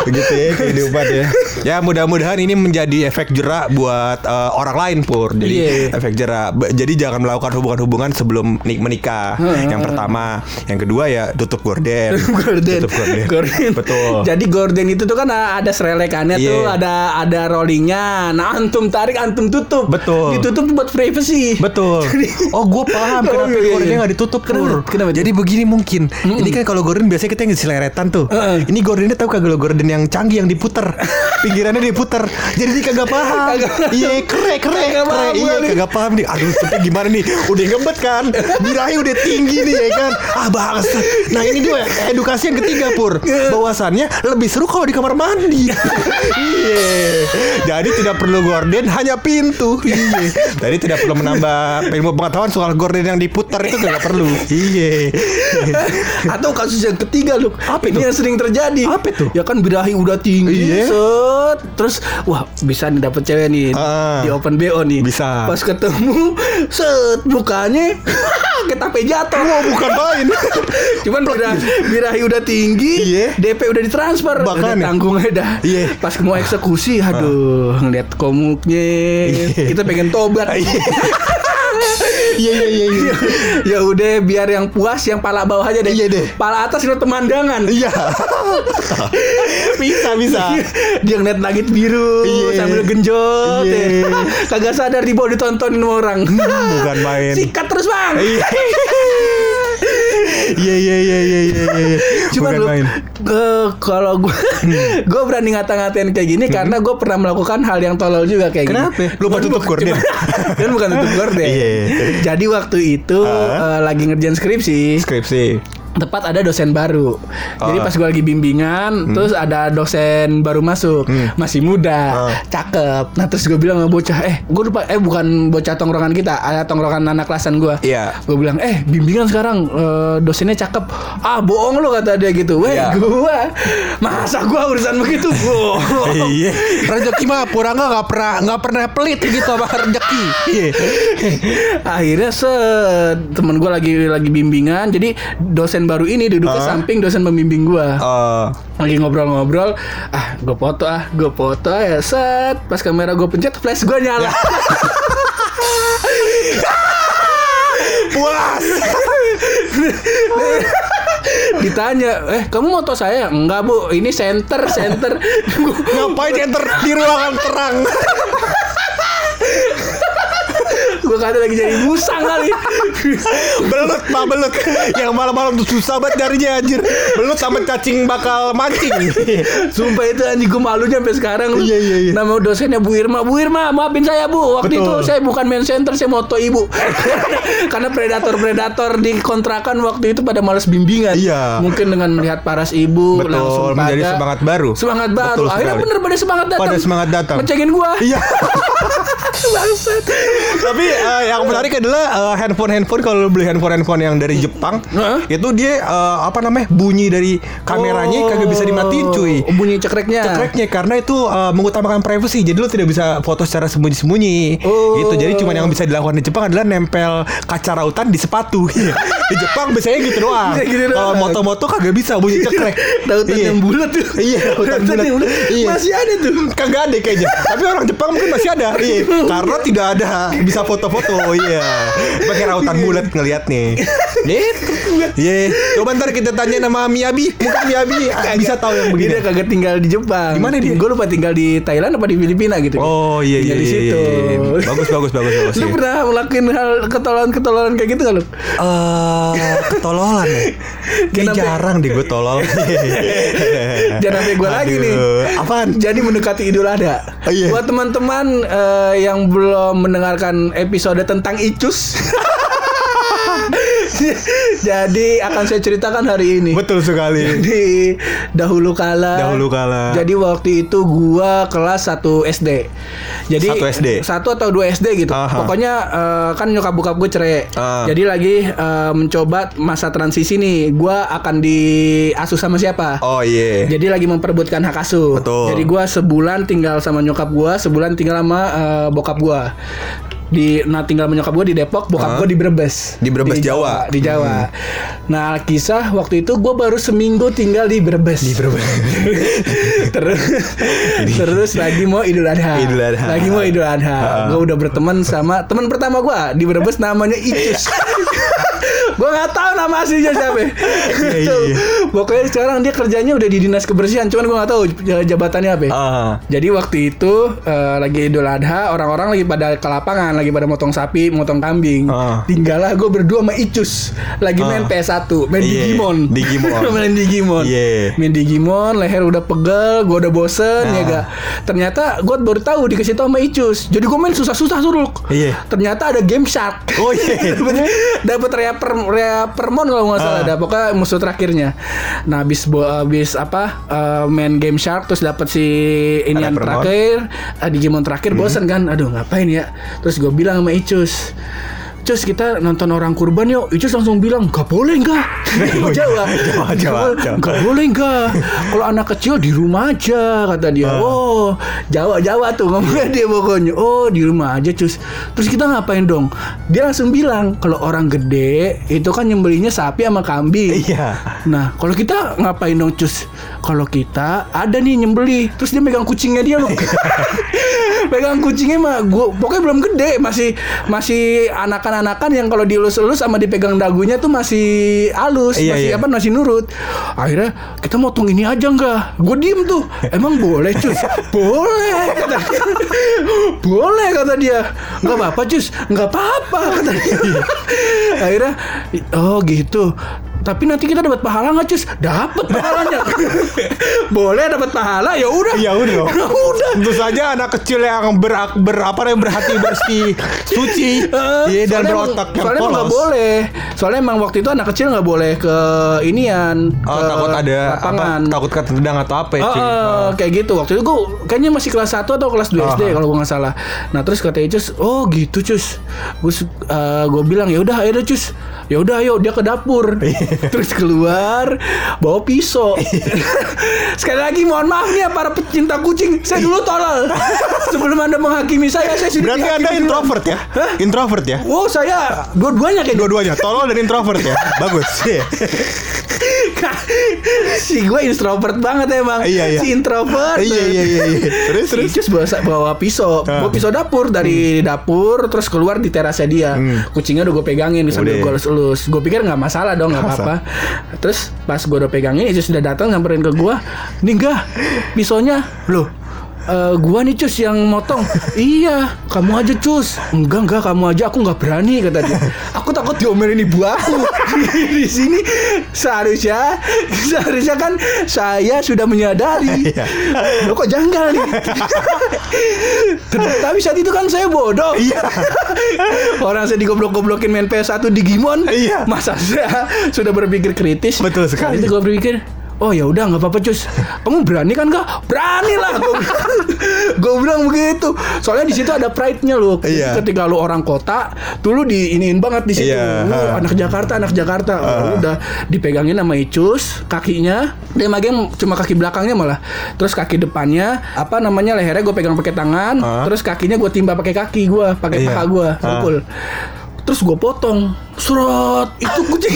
Speaker 2: Begitu ya kehidupan ya. Ya mudah-mudahan ini menjadi efek jerak buat eh, orang lain pur. Jadi
Speaker 3: Iya.
Speaker 2: efek jerak. Ba- Jadi jangan melakukan hubungan-hubungan sebelum nik- menikah. Yang pertama, yang kedua ya tutup gorden.
Speaker 3: Gorden.
Speaker 2: Tutup gorden.
Speaker 3: Gorden.
Speaker 2: Betul.
Speaker 3: Jadi gorden itu tuh kan ah, ada serelekannya
Speaker 2: Iya.
Speaker 3: tuh, ada ada rollingnya. Nah antum tarik, antum tutup.
Speaker 2: Betul.
Speaker 3: Ditutup buat privacy.
Speaker 2: Betul. Oh, gue paham
Speaker 3: Oh,
Speaker 2: kenapa
Speaker 3: iya, iya,
Speaker 2: gordennya
Speaker 3: iya.
Speaker 2: nggak ditutup
Speaker 3: Kenapa?
Speaker 2: Pur.
Speaker 3: Kenapa tuh?
Speaker 2: Jadi begini mungkin. Ini kan kalau gorden biasanya kita yang seleretan tuh.
Speaker 3: Heeh.
Speaker 2: Ini gordennya tahu kagak lo gorden yang canggih yang diputer. Pinggirannya diputer. Jadi dia kagak paham.
Speaker 3: Kagak paham.
Speaker 2: Iya, kere kere.
Speaker 3: Kagak
Speaker 2: kere.
Speaker 3: paham
Speaker 2: Iya,
Speaker 3: gua nih.
Speaker 2: kagak paham nih. Aduh, tapi gimana nih? Udah ngebet kan? Birahi udah tinggi nih ya kan. Ah, bahas. Nah, ini dia edukasi yang ketiga Pur. Bahwasannya lebih seru kalau di kamar mandi. Iya. Jadi tidak perlu gorden, hanya pintu. Iya. Jadi tidak perlu menambah ilmu pengetahuan soal gorden yang diputar itu tidak perlu. Iya.
Speaker 3: Atau kasus yang ketiga lu.
Speaker 2: Apa
Speaker 3: Ini
Speaker 2: itu?
Speaker 3: yang sering terjadi.
Speaker 2: Apa itu?
Speaker 3: Ya kan birahi udah tinggi,
Speaker 2: Iya.
Speaker 3: set. Terus wah, bisa nih dapet cewek nih
Speaker 2: Ah.
Speaker 3: di open BO nih.
Speaker 2: Bisa.
Speaker 3: Pas ketemu, set bukannya ketape jatuh.
Speaker 2: Wah, bukan main.
Speaker 3: Cuman birahi, birahi udah tinggi,
Speaker 2: Iya.
Speaker 3: DP udah ditransfer, udah
Speaker 2: Bahkan ya.
Speaker 3: tanggungnya dah.
Speaker 2: Iya.
Speaker 3: Pas mau eksekusi, aduh, ngeliat komuknya,
Speaker 2: Iya.
Speaker 3: kita pengen tobat.
Speaker 2: Iya. Iya iya iya. iya.
Speaker 3: ya udah, biar yang puas, yang pala bawah aja deh.
Speaker 2: Iya deh.
Speaker 3: Pala atas itu temandangan.
Speaker 2: Iya. Bisa
Speaker 3: Iya.
Speaker 2: bisa.
Speaker 3: Dia ngeliat langit biru
Speaker 2: Iya.
Speaker 3: sambil genjot.
Speaker 2: Iya. Hmm,
Speaker 3: ya. Kagak sadar di bawah ditontonin sama orang.
Speaker 2: bukan main.
Speaker 3: Sikat terus bang.
Speaker 2: Iya. Iya iya iya iya iya. iya.
Speaker 3: Cuma
Speaker 2: Bukan
Speaker 3: lu,
Speaker 2: main.
Speaker 3: eh, kalau gue, gue berani ngata-ngatain kayak gini karena gue pernah melakukan hal yang tolol juga kayak
Speaker 2: Mm-hmm. Kenapa?
Speaker 3: gini.
Speaker 2: Lupa
Speaker 3: Cuman
Speaker 2: tutup
Speaker 3: bukan-
Speaker 2: gorden.
Speaker 3: cuman- Kan bukan tutup gorden.
Speaker 2: Iya.
Speaker 3: Jadi waktu itu
Speaker 2: Ah.
Speaker 3: eh, lagi ngerjain skripsi,
Speaker 2: Skripsi.
Speaker 3: tepat ada dosen baru.
Speaker 1: Ah.
Speaker 3: Jadi pas gue lagi bimbingan,
Speaker 1: Hmm.
Speaker 3: terus ada dosen baru masuk, masih muda,
Speaker 1: Ah.
Speaker 3: cakep. Nah terus gue bilang sama bocah, eh gue lupa, eh bukan bocah tongkrongan kita, ada tongkrongan anak kelasan gue.
Speaker 1: Iya.
Speaker 3: Gue bilang, eh bimbingan sekarang eh, dosennya cakep. Ah bohong lu kata dia gitu. Weh
Speaker 1: Iya.
Speaker 3: gue, masa gue urusan begitu gue.
Speaker 2: Iya.
Speaker 1: Rezeki Oh, mah Purangga nggak pernah nggak pernah pelit gitu sama rezeki.
Speaker 2: Iya.
Speaker 3: akhirnya se teman gue lagi lagi bimbingan jadi dosen baru ini duduknya
Speaker 1: Ah.
Speaker 3: samping dosen pembimbing gue
Speaker 1: Oh.
Speaker 3: lagi ngobrol-ngobrol ah gue foto ah gue foto ya set pas kamera gue pencet flash gue nyala
Speaker 2: Ya. Puas.
Speaker 3: ditanya eh kamu moto saya enggak bu ini center center
Speaker 2: Ngapain enter di ruangan terang?
Speaker 3: gue kata lagi jadi musang kali
Speaker 2: belut pak belut. Yang malam-malam tuh susah banget nyarinya anjir. Belut sama cacing bakal mancing.
Speaker 3: sumpah itu anjing gue malunya sampai sekarang lu.
Speaker 2: Iya, iya, iya.
Speaker 3: nama dosennya Bu Irma Bu Irma maafin saya bu waktu
Speaker 2: Betul.
Speaker 3: itu saya bukan main center saya moto ibu karena predator predator di kontrakan waktu itu pada males bimbingan
Speaker 2: Iya.
Speaker 3: mungkin dengan melihat paras ibu
Speaker 1: Betul,
Speaker 3: langsung pada
Speaker 1: menjadi Uh, semangat baru.
Speaker 3: semangat baru
Speaker 1: Betul
Speaker 3: akhirnya
Speaker 1: sekali.
Speaker 3: bener pada semangat datang
Speaker 1: Pada semangat datang.
Speaker 3: ngecekin gua
Speaker 2: Iya.
Speaker 3: Bangsat.
Speaker 2: Tapi eh, yang menarik adalah handphone handphone kalau lu beli handphone handphone yang dari Jepang
Speaker 3: Heeh.
Speaker 2: itu dia eh, apa namanya bunyi dari kameranya
Speaker 1: Oh.
Speaker 2: kagak bisa dimatiin cuy.
Speaker 3: Oh, bunyi cekreknya
Speaker 2: Oh. Cekreknya karena itu eh, mengutamakan privacy jadi lu tidak bisa foto secara sembunyi-sembunyi
Speaker 3: Oh.
Speaker 2: gitu jadi cuman yang bisa dilakukan di Jepang adalah nempel kaca rautan di sepatu Iya. di Jepang biasanya gitu doang
Speaker 3: Bisa gitu doang.
Speaker 2: kalau moto-moto kagak bisa bunyi cekrek
Speaker 3: Dautan
Speaker 2: Iya.
Speaker 3: yang bulat tuh.
Speaker 2: Iya,
Speaker 3: Dautan
Speaker 2: hutan bulat.
Speaker 3: yang bulat.
Speaker 2: Iya.
Speaker 3: Masih ada tuh.
Speaker 2: kagak ada kayaknya tapi orang Jepang mungkin masih ada iya. karena tidak ada bisa foto-foto iya pakai rautan bulat ngeliat nih gitu iya coba ntar kita tanya nama Miyabi mungkin Miyabi bisa tahu yang
Speaker 3: Dia
Speaker 2: begini
Speaker 3: udah kagak tinggal di Jepang.
Speaker 2: Di mana dia?
Speaker 3: Gue lupa tinggal di Thailand apa di Filipina gitu.
Speaker 2: Oh iya iya
Speaker 3: Tinggal
Speaker 2: iya,
Speaker 3: di
Speaker 2: iya,
Speaker 3: situ.
Speaker 2: iya. Bagus bagus bagus bagus.
Speaker 3: Lu
Speaker 2: iya.
Speaker 3: pernah ngelakuin hal ketololan-ketololan kayak gitu gak lu?
Speaker 2: Eh, ketololan ya. Kayak
Speaker 3: Jangan sampai-
Speaker 2: jarang deh gue tolol.
Speaker 3: Jangan sampai gue lagi nih.
Speaker 2: Aduh, Apaan?
Speaker 3: Jadi mendekati Idul Adha.
Speaker 2: Oh, iya.
Speaker 3: Buat teman-teman eh, yang belum mendengarkan episode tentang Icus. Jadi akan saya ceritakan hari ini.
Speaker 2: Betul sekali.
Speaker 3: Jadi dahulu kala.
Speaker 2: Dahulu kala.
Speaker 3: Jadi waktu itu gua kelas 1 SD. Jadi
Speaker 2: Satu SD?
Speaker 3: Satu atau 2 SD gitu.
Speaker 2: Aha.
Speaker 3: Pokoknya eh, kan nyokap bokap gue cerai.
Speaker 2: Ah.
Speaker 3: Jadi lagi eh, mencoba masa transisi nih. Gua akan diasuh sama siapa?
Speaker 2: Oh iya.
Speaker 3: Jadi lagi memperebutkan hak asuh.
Speaker 2: Betul.
Speaker 3: Jadi gua sebulan tinggal sama nyokap gua, sebulan tinggal sama eh, bokap gua. Di nah tinggal sama nyokap gua di Depok,
Speaker 2: Hah?
Speaker 3: bokap gua di Brebes.
Speaker 2: Di Brebes, Jawa. Hmm.
Speaker 3: Di Jawa. Nah, kisah waktu itu gua baru seminggu tinggal di Brebes. Di Brebes. terus terus lagi mau Idul Adha.
Speaker 2: Idul Adha.
Speaker 3: Lagi mau Idul Adha. Gua udah berteman sama teman pertama gua di Brebes namanya Icus. gua nggak tahu nama aslinya siapa.
Speaker 2: iya, iya.
Speaker 3: Pokoknya sekarang dia kerjanya udah di dinas kebersihan, cuman gua nggak tahu j- jabatannya apa. ya.
Speaker 2: Ah.
Speaker 3: Jadi waktu itu eh, lagi Idul Adha, orang-orang lagi pada ke lapangan, lagi pada motong sapi, motong kambing.
Speaker 2: Ah.
Speaker 3: Tinggallah gue berdua sama Icus lagi main
Speaker 2: Ah.
Speaker 3: PS1, main
Speaker 2: Iya,
Speaker 3: Digimon.
Speaker 2: Digimon.
Speaker 3: main Digimon.
Speaker 2: Iya.
Speaker 3: Main Digimon, leher udah pegel, gue udah bosen ya
Speaker 2: Ah.
Speaker 3: ga. Ternyata gue baru tahu dikasih tau sama Icus. Jadi gue main susah-susah suruk.
Speaker 2: Iya.
Speaker 3: Ternyata ada game shark.
Speaker 2: Oh iya.
Speaker 3: dapat rea per rea permon kalau nggak
Speaker 2: Ah.
Speaker 3: salah ada pokoknya musuh terakhirnya nah habis bo- habis apa eh, main game shark terus dapat si ini
Speaker 2: Ada
Speaker 3: yang
Speaker 2: permon.
Speaker 3: terakhir eh, Digimon terakhir bosan kan aduh ngapain ya terus gue bilang sama Icus Cus kita nonton orang kurban yuk Icus langsung bilang Gak boleh gak Jawa Jawa
Speaker 2: Jawa, Jawa, Jawa.
Speaker 3: Gak boleh gak Kalau anak kecil di rumah aja Kata dia
Speaker 2: Ah.
Speaker 3: Oh Jawa Jawa tuh Ngomongnya dia pokoknya Oh di rumah aja Cus Terus kita ngapain dong Dia langsung bilang Kalau orang gede Itu kan nyembelihnya sapi sama kambing
Speaker 2: Iya.
Speaker 3: Nah, kalau kita ngapain dong, Cus? Kalau kita ada nih nyembeli, terus dia megang kucingnya dia loh. megang kucingnya mah gua pokoknya belum gede, masih masih anakan-anakan yang kalau dielus-elus sama dipegang dagunya tuh masih halus,
Speaker 2: Iya,
Speaker 3: masih
Speaker 2: iya.
Speaker 3: apa masih nurut. Akhirnya kita motong ini aja enggak? Gue diem tuh. Emang boleh, Cus? boleh. Kata dia. boleh kata dia. Enggak apa-apa, Cus. Enggak apa-apa kata dia. Akhirnya oh gitu tapi nanti kita dapat pahala nggak cus dapat pahalanya boleh dapat pahala ya udah
Speaker 2: Ya udah.
Speaker 3: Ya udah
Speaker 2: Tentu saja anak kecil yang berak ber apa namanya berhati bersih, suci,
Speaker 3: Eh,
Speaker 2: iya dan
Speaker 3: soalnya
Speaker 2: berotak
Speaker 3: emang- soalnya emang nggak boleh soalnya emang waktu itu anak kecil nggak boleh ke inian
Speaker 2: Oh,
Speaker 3: ke
Speaker 2: takut ada
Speaker 3: lapangan
Speaker 2: apa takut ketendang atau apa ya,
Speaker 3: Oh,
Speaker 2: cuy.
Speaker 3: oh, kayak gitu waktu itu gue kayaknya masih kelas 1 atau kelas 2 SD
Speaker 2: Aha.
Speaker 3: kalau gue nggak salah nah terus kata Icus oh gitu cus gue gue bilang ya udah ayo deh, cus ya udah ayo dia ke dapur
Speaker 2: Iya.
Speaker 3: terus keluar bawa pisau sekali lagi mohon maaf nih ya para pecinta kucing saya dulu tolol sebelum anda menghakimi saya saya sudah
Speaker 2: Berarti Anda
Speaker 3: dihakimi duluan.
Speaker 2: introvert ya?
Speaker 3: Iya, Hah?
Speaker 2: Introvert ya?
Speaker 3: Wow saya dua-duanya kayak
Speaker 2: Dua-duanya, tolol dan introvert ya. Bagus. Iya.
Speaker 3: si gue introvert banget emang
Speaker 2: Iya, iya.
Speaker 3: si introvert
Speaker 2: Iya, iya, iya, iya. Terus,
Speaker 3: terus
Speaker 2: terus.
Speaker 3: terus bawa, bawa pisau
Speaker 2: Ah.
Speaker 3: bawa pisau dapur dari dapur terus keluar di terasnya dia
Speaker 2: Hmm.
Speaker 3: kucingnya udah gue pegangin sambil
Speaker 2: Udah.
Speaker 3: gue elus gue pikir nggak masalah dong nggak
Speaker 2: Masa?
Speaker 3: apa-apa terus pas gue udah pegangin itu sudah datang nyamperin ke gue nih enggak pisaunya loh eh gua nih cus yang motong iya kamu aja cus enggak enggak kamu aja aku nggak berani kata dia aku takut diomelin ibu aku di sini seharusnya seharusnya kan saya sudah menyadari
Speaker 2: Iya.
Speaker 3: lo kok janggal nih tapi saat itu kan saya bodoh
Speaker 2: Iya.
Speaker 3: orang saya digoblok-goblokin main PS1 di Gimon
Speaker 2: Iya.
Speaker 3: masa saya sudah berpikir kritis
Speaker 2: Betul sekali.
Speaker 3: Saat itu gue berpikir Oh ya udah nggak apa-apa cus, kamu berani kan kak? Berani lah, gue bilang, Gua bilang begitu. Soalnya di situ ada pride-nya loh.
Speaker 2: Iya.
Speaker 3: Ketika lu orang kota, tuh lu diiniin banget di situ.
Speaker 2: Iya,
Speaker 3: Lu
Speaker 2: ha.
Speaker 3: anak Jakarta, anak Jakarta. Oh, lu udah dipegangin sama Icus, kakinya. Dia magang cuma kaki belakangnya malah. Terus kaki depannya, apa namanya lehernya gue pegang pakai tangan.
Speaker 2: Ha.
Speaker 3: Terus kakinya gue timba pakai kaki gue, pakai
Speaker 2: Iya.
Speaker 3: paha gue,
Speaker 2: Ha.
Speaker 3: pukul. Terus gue potong, serot. Itu kucing.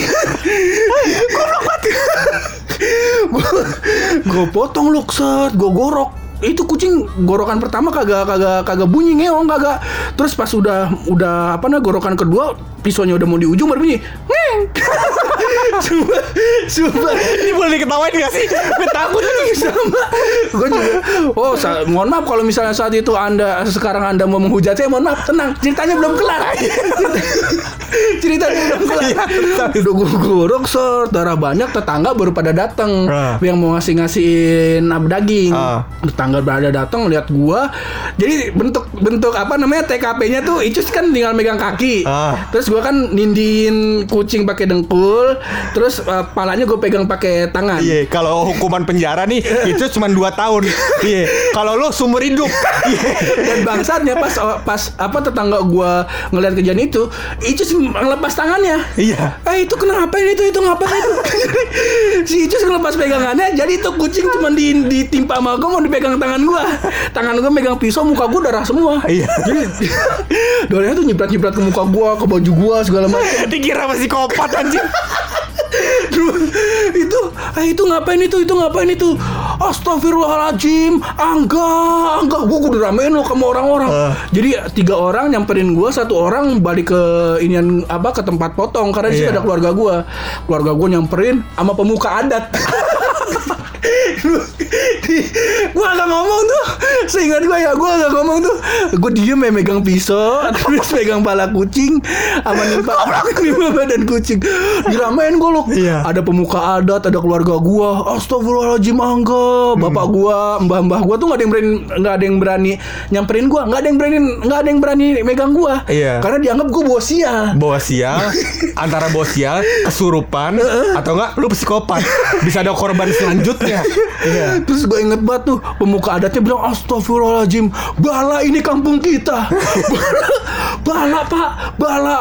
Speaker 3: gue potong lu set gue gorok itu kucing gorokan pertama kagak kagak kagak bunyi ngeong kagak terus pas udah udah apa namanya gorokan kedua pisaunya udah mau di ujung baru bunyi ngeng sumpah sumpah
Speaker 2: Ini boleh diketawain gak sih?
Speaker 3: gue takut lagi sama gue juga oh sa- mohon maaf kalau misalnya saat itu anda sekarang anda mau menghujat saya mohon maaf tenang ceritanya belum kelar ceritanya belum kelar
Speaker 2: Iya,
Speaker 3: udah gue gorok sor darah banyak tetangga baru pada datang
Speaker 2: Ah.
Speaker 3: yang mau ngasih ngasihin ab daging
Speaker 2: Ah.
Speaker 3: tetangga berada datang lihat gua jadi bentuk bentuk apa namanya TKP-nya tuh Icus kan tinggal megang kaki
Speaker 2: Ah.
Speaker 3: Terus gua kan nindin kucing pakai dengkul, terus eh, palanya gue pegang pakai tangan.
Speaker 2: Iya, kalau hukuman penjara nih itu cuma 2 tahun. Iya. Kalau lu sumber hidup. Iya.
Speaker 3: Dan bangsatnya pas pas apa tetangga gua ngeliat kejadian itu, Icus ngelepas tangannya.
Speaker 2: Iya.
Speaker 3: Eh itu kenapa ini itu itu ngapain itu? si Icus ngelepas pegangannya, jadi itu kucing cuma di, ditimpa sama gua mau dipegang tangan gua. Tangan gua megang pisau, muka gua darah semua.
Speaker 2: Iya.
Speaker 3: Jadi darahnya tuh nyiprat-nyiprat ke muka gua, ke baju gua segala macam.
Speaker 2: Dikira masih kopat anjing.
Speaker 3: itu eh, itu ngapain itu itu ngapain itu Astagfirullahaladzim Angga Angga gue udah ramein lo sama orang-orang
Speaker 2: Ah.
Speaker 3: jadi tiga orang nyamperin gue satu orang balik ke inian apa ke tempat potong karena di situ
Speaker 2: Iya.
Speaker 3: ada keluarga gue keluarga gue nyamperin sama pemuka adat gue agak ngomong tuh seingat gue ya gue agak ngomong tuh gue diem ya megang pisau terus megang pala kucing sama nimpa nimpa badan kucing diramein gue loh
Speaker 2: Iya.
Speaker 3: ada pemuka adat ada keluarga gua astagfirullahaladzim angga bapak
Speaker 2: Hmm.
Speaker 3: gua mbah mbah gua tuh nggak ada yang berani nggak ada yang berani nyamperin gua nggak ada yang berani nggak ada yang berani megang gua
Speaker 2: Iya.
Speaker 3: karena dianggap gua bawa sial
Speaker 2: Bawa sial, antara bawa sial, kesurupan, atau enggak lu psikopat. Bisa ada korban selanjutnya. Iya.
Speaker 3: Terus gue inget banget tuh Pemuka adatnya bilang Astagfirullahaladzim Bala ini kampung kita Bala, bala pak Bala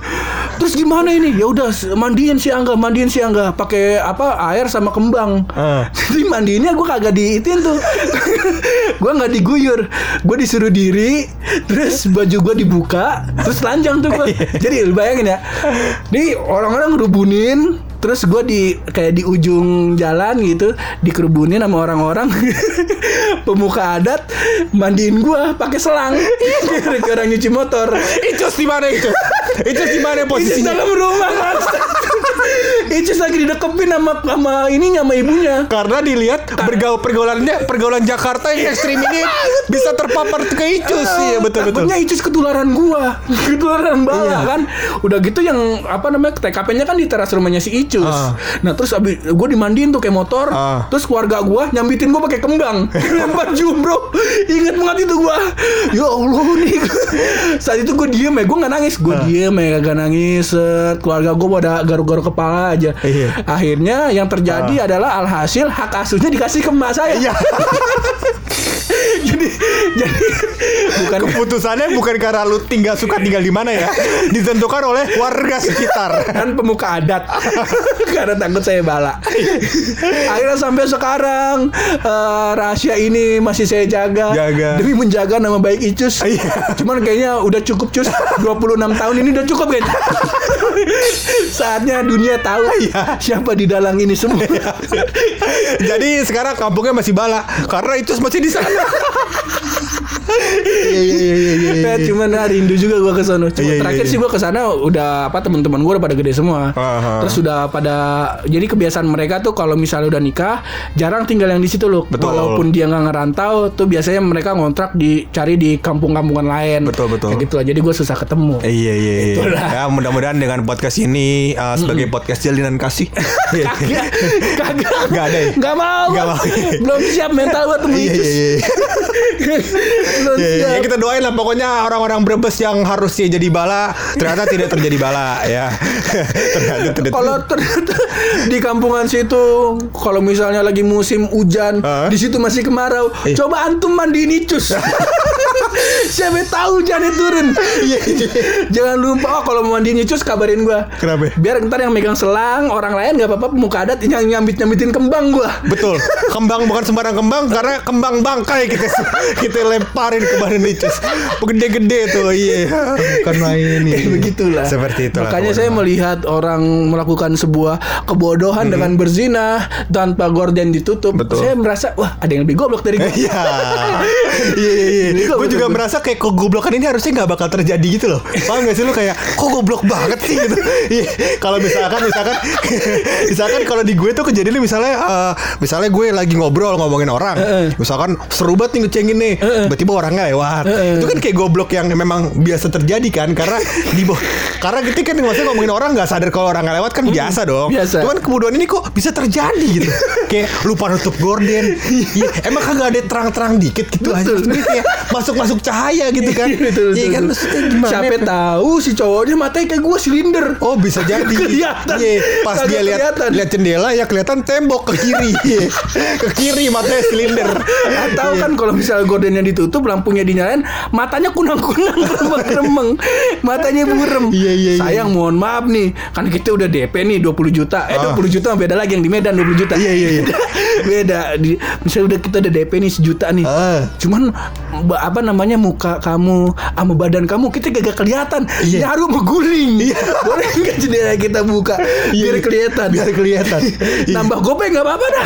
Speaker 3: Terus gimana ini Ya udah mandiin si Angga Mandiin si Angga pakai apa air sama kembang
Speaker 2: Eh.
Speaker 3: Jadi mandiinnya gue kagak diitin tuh Gue nggak diguyur Gue disuruh diri Terus baju gue dibuka Terus telanjang tuh gue Jadi lu bayangin ya Nih orang-orang ngerubunin Terus gue di kayak di ujung jalan gitu dikerubunin sama orang-orang pemuka adat mandiin gue pakai selang kayak orang nyuci motor
Speaker 2: Icus di mana Icus? Icus di mana
Speaker 3: Itu
Speaker 2: posisinya?
Speaker 3: dalam rumah kan Icis lagi didekepin sama sama ininya sama ibunya.
Speaker 2: Karena dilihat bergaul pergaulannya pergaulan Jakarta yang ekstrim ini bisa terpapar ke Icus iya betul betul.
Speaker 3: Takutnya Icis ketularan gua, ketularan bala
Speaker 2: Iya.
Speaker 3: kan. Udah gitu yang apa namanya TKP-nya kan di teras rumahnya si Icus.
Speaker 2: Ah.
Speaker 3: Nah terus abis gue dimandiin tuh kayak motor.
Speaker 2: Ah.
Speaker 3: Terus keluarga gua nyambitin gua pakai kembang, lempar jumbro. Ingat banget itu gua. Ya Allah nih. Saat itu gue diem ya, gue nggak nangis. Gue
Speaker 2: Ah.
Speaker 3: diem ya, gak nangis. Set. Keluarga gua pada garuk-garuk kepala aja.
Speaker 2: Iya. Ah.
Speaker 3: Akhirnya yang terjadi adalah alhasil hak asuhnya dikasih ke emak saya.
Speaker 2: Iya.
Speaker 3: jadi jadi bukan
Speaker 2: Keputusannya bukan karena lu tinggal suka tinggal di mana ya, ditentukan oleh warga sekitar.
Speaker 3: kan pemuka adat karena takut saya bala akhirnya sampai sekarang eh, rahasia ini masih saya jaga,
Speaker 2: Jaga.
Speaker 3: demi menjaga nama baik Icus
Speaker 2: Iya.
Speaker 3: cuman kayaknya udah cukup Cus 26 tahun ini udah cukup kan saatnya dunia tahu
Speaker 2: Iya.
Speaker 3: siapa di dalam ini semua
Speaker 2: Jadi sekarang kampungnya masih bala karena Icus masih di sana. Iya iya iya iya, iya.
Speaker 3: Nah, cuman ah, rindu juga gua ke sono. Cuma
Speaker 2: Iya, iya,
Speaker 3: terakhir
Speaker 2: iya.
Speaker 3: sih gua ke sana udah apa teman-teman gua udah pada gede semua.
Speaker 2: Aha.
Speaker 3: Terus udah pada jadi kebiasaan mereka tuh kalau misalnya udah nikah jarang tinggal yang di situ loh.
Speaker 2: Betul.
Speaker 3: Walaupun dia nggak ngerantau tuh biasanya mereka ngontrak dicari di kampung-kampungan lain.
Speaker 2: Betul, betul.
Speaker 3: Kayak gitu lah. Jadi gua susah ketemu.
Speaker 2: Iya iya iya.
Speaker 3: Itulah.
Speaker 2: Ya mudah-mudahan dengan podcast ini uh, sebagai podcast jalinan kasih.
Speaker 3: Kagak, kagak,
Speaker 2: Nggak ada ya?
Speaker 3: Nggak mau,
Speaker 2: Iya. Nggak mau.
Speaker 3: belum siap mental buat temu
Speaker 2: Iya
Speaker 3: itu.
Speaker 2: iya iya.
Speaker 3: Belum
Speaker 2: Iya, iya. Ya,
Speaker 3: siap.
Speaker 2: kita doain lah pokoknya orang-orang Brebes yang harusnya jadi bala ternyata tidak terjadi bala ya. ternyata tidak.
Speaker 3: Kalau ternyata di kampungan situ, kalau misalnya lagi musim hujan,
Speaker 2: Heeh.
Speaker 3: di situ masih kemarau,
Speaker 2: Iya.
Speaker 3: coba antum mandiin icus. Siapa tahu hujannya turun.
Speaker 2: Iya, iya.
Speaker 3: Jangan lupa oh kalau mau mandiin icus kabarin gua.
Speaker 2: Kenapa?
Speaker 3: Biar ntar yang megang selang, orang lain nggak apa-apa pemuka adat yang nyambit nyambitin kembang gua.
Speaker 2: Betul. Kembang bukan sembarang kembang karena kembang bangkai kita kita lemparin ke badan Icus. Gede-gede tuh. Iya. Bukan main
Speaker 3: Ya, begitulah.
Speaker 2: Iya, Seperti itu.
Speaker 3: Makanya saya melihat orang melakukan sebuah kebodohan dengan berzina tanpa gorden ditutup.
Speaker 2: Mm-hmm. Betul.
Speaker 3: Saya merasa wah ada yang lebih goblok dari gua.
Speaker 2: Iya. Iya iya iya.
Speaker 3: Juga
Speaker 2: Gue juga
Speaker 3: betul.
Speaker 2: merasa kayak kegoblokan ini harusnya nggak bakal terjadi gitu loh. Paham gak sih lu kayak kok goblok banget sih gitu. Iya. Kalau misalkan misalkan misalkan kalau di gue tuh kejadiannya misalnya eh, misalnya gue lagi ngobrol ngomongin orang.
Speaker 3: Heeh.
Speaker 2: Misalkan seru banget nih ngecengin nih. Tiba-tiba orangnya lewat.
Speaker 3: Heeh.
Speaker 2: Itu kan kayak goblok yang memang biasa terjadi kan karena di bawah- karena gitu kan maksudnya ngomongin orang nggak sadar kalau orang nggak lewat kan biasa dong.
Speaker 3: biasa.
Speaker 2: Cuman kemudahan ini kok bisa terjadi gitu kayak lupa nutup gorden Iya, emang kagak ada terang-terang dikit gitu aja
Speaker 3: Betul.
Speaker 2: Ini kayak masuk-masuk cahaya gitu kan
Speaker 3: Betul,
Speaker 2: iya
Speaker 3: betul,
Speaker 2: kan
Speaker 3: betul.
Speaker 2: maksudnya gimana
Speaker 3: Siapa tahu si cowoknya matanya kayak gue silinder.
Speaker 2: Oh bisa jadi
Speaker 3: Kelihatan.
Speaker 2: Iya, Pas
Speaker 3: Kagak
Speaker 2: dia lihat
Speaker 3: kelihatan.
Speaker 2: lihat jendela ya kelihatan tembok ke kiri Iya. Ke kiri matanya silinder
Speaker 3: Atau
Speaker 2: Iya.
Speaker 3: kan kalau misalnya gordennya ditutup, lampunya dinyalain, matanya kunang-kunang, remeng-remeng, matanya burem.
Speaker 2: Iya, iya, iya.
Speaker 3: Sayang, mohon maaf nih, kan kita udah DP nih 20 juta. Eh
Speaker 2: Ah.
Speaker 3: 20 juta beda lagi yang di Medan 20 juta.
Speaker 2: Iya, iya, iya.
Speaker 3: beda. Di, misalnya udah kita udah DP nih sejuta nih.
Speaker 2: Ah.
Speaker 3: Cuman ba- apa namanya muka kamu sama badan kamu kita gak kelihatan.
Speaker 2: Iya.
Speaker 3: Nyaru mengguling. Boleh nggak kan jendela kita buka biar
Speaker 2: Iya,
Speaker 3: kelihatan.
Speaker 2: Biar kelihatan Iya.
Speaker 3: Nambah gopeng Oh, nggak apa-apa dah.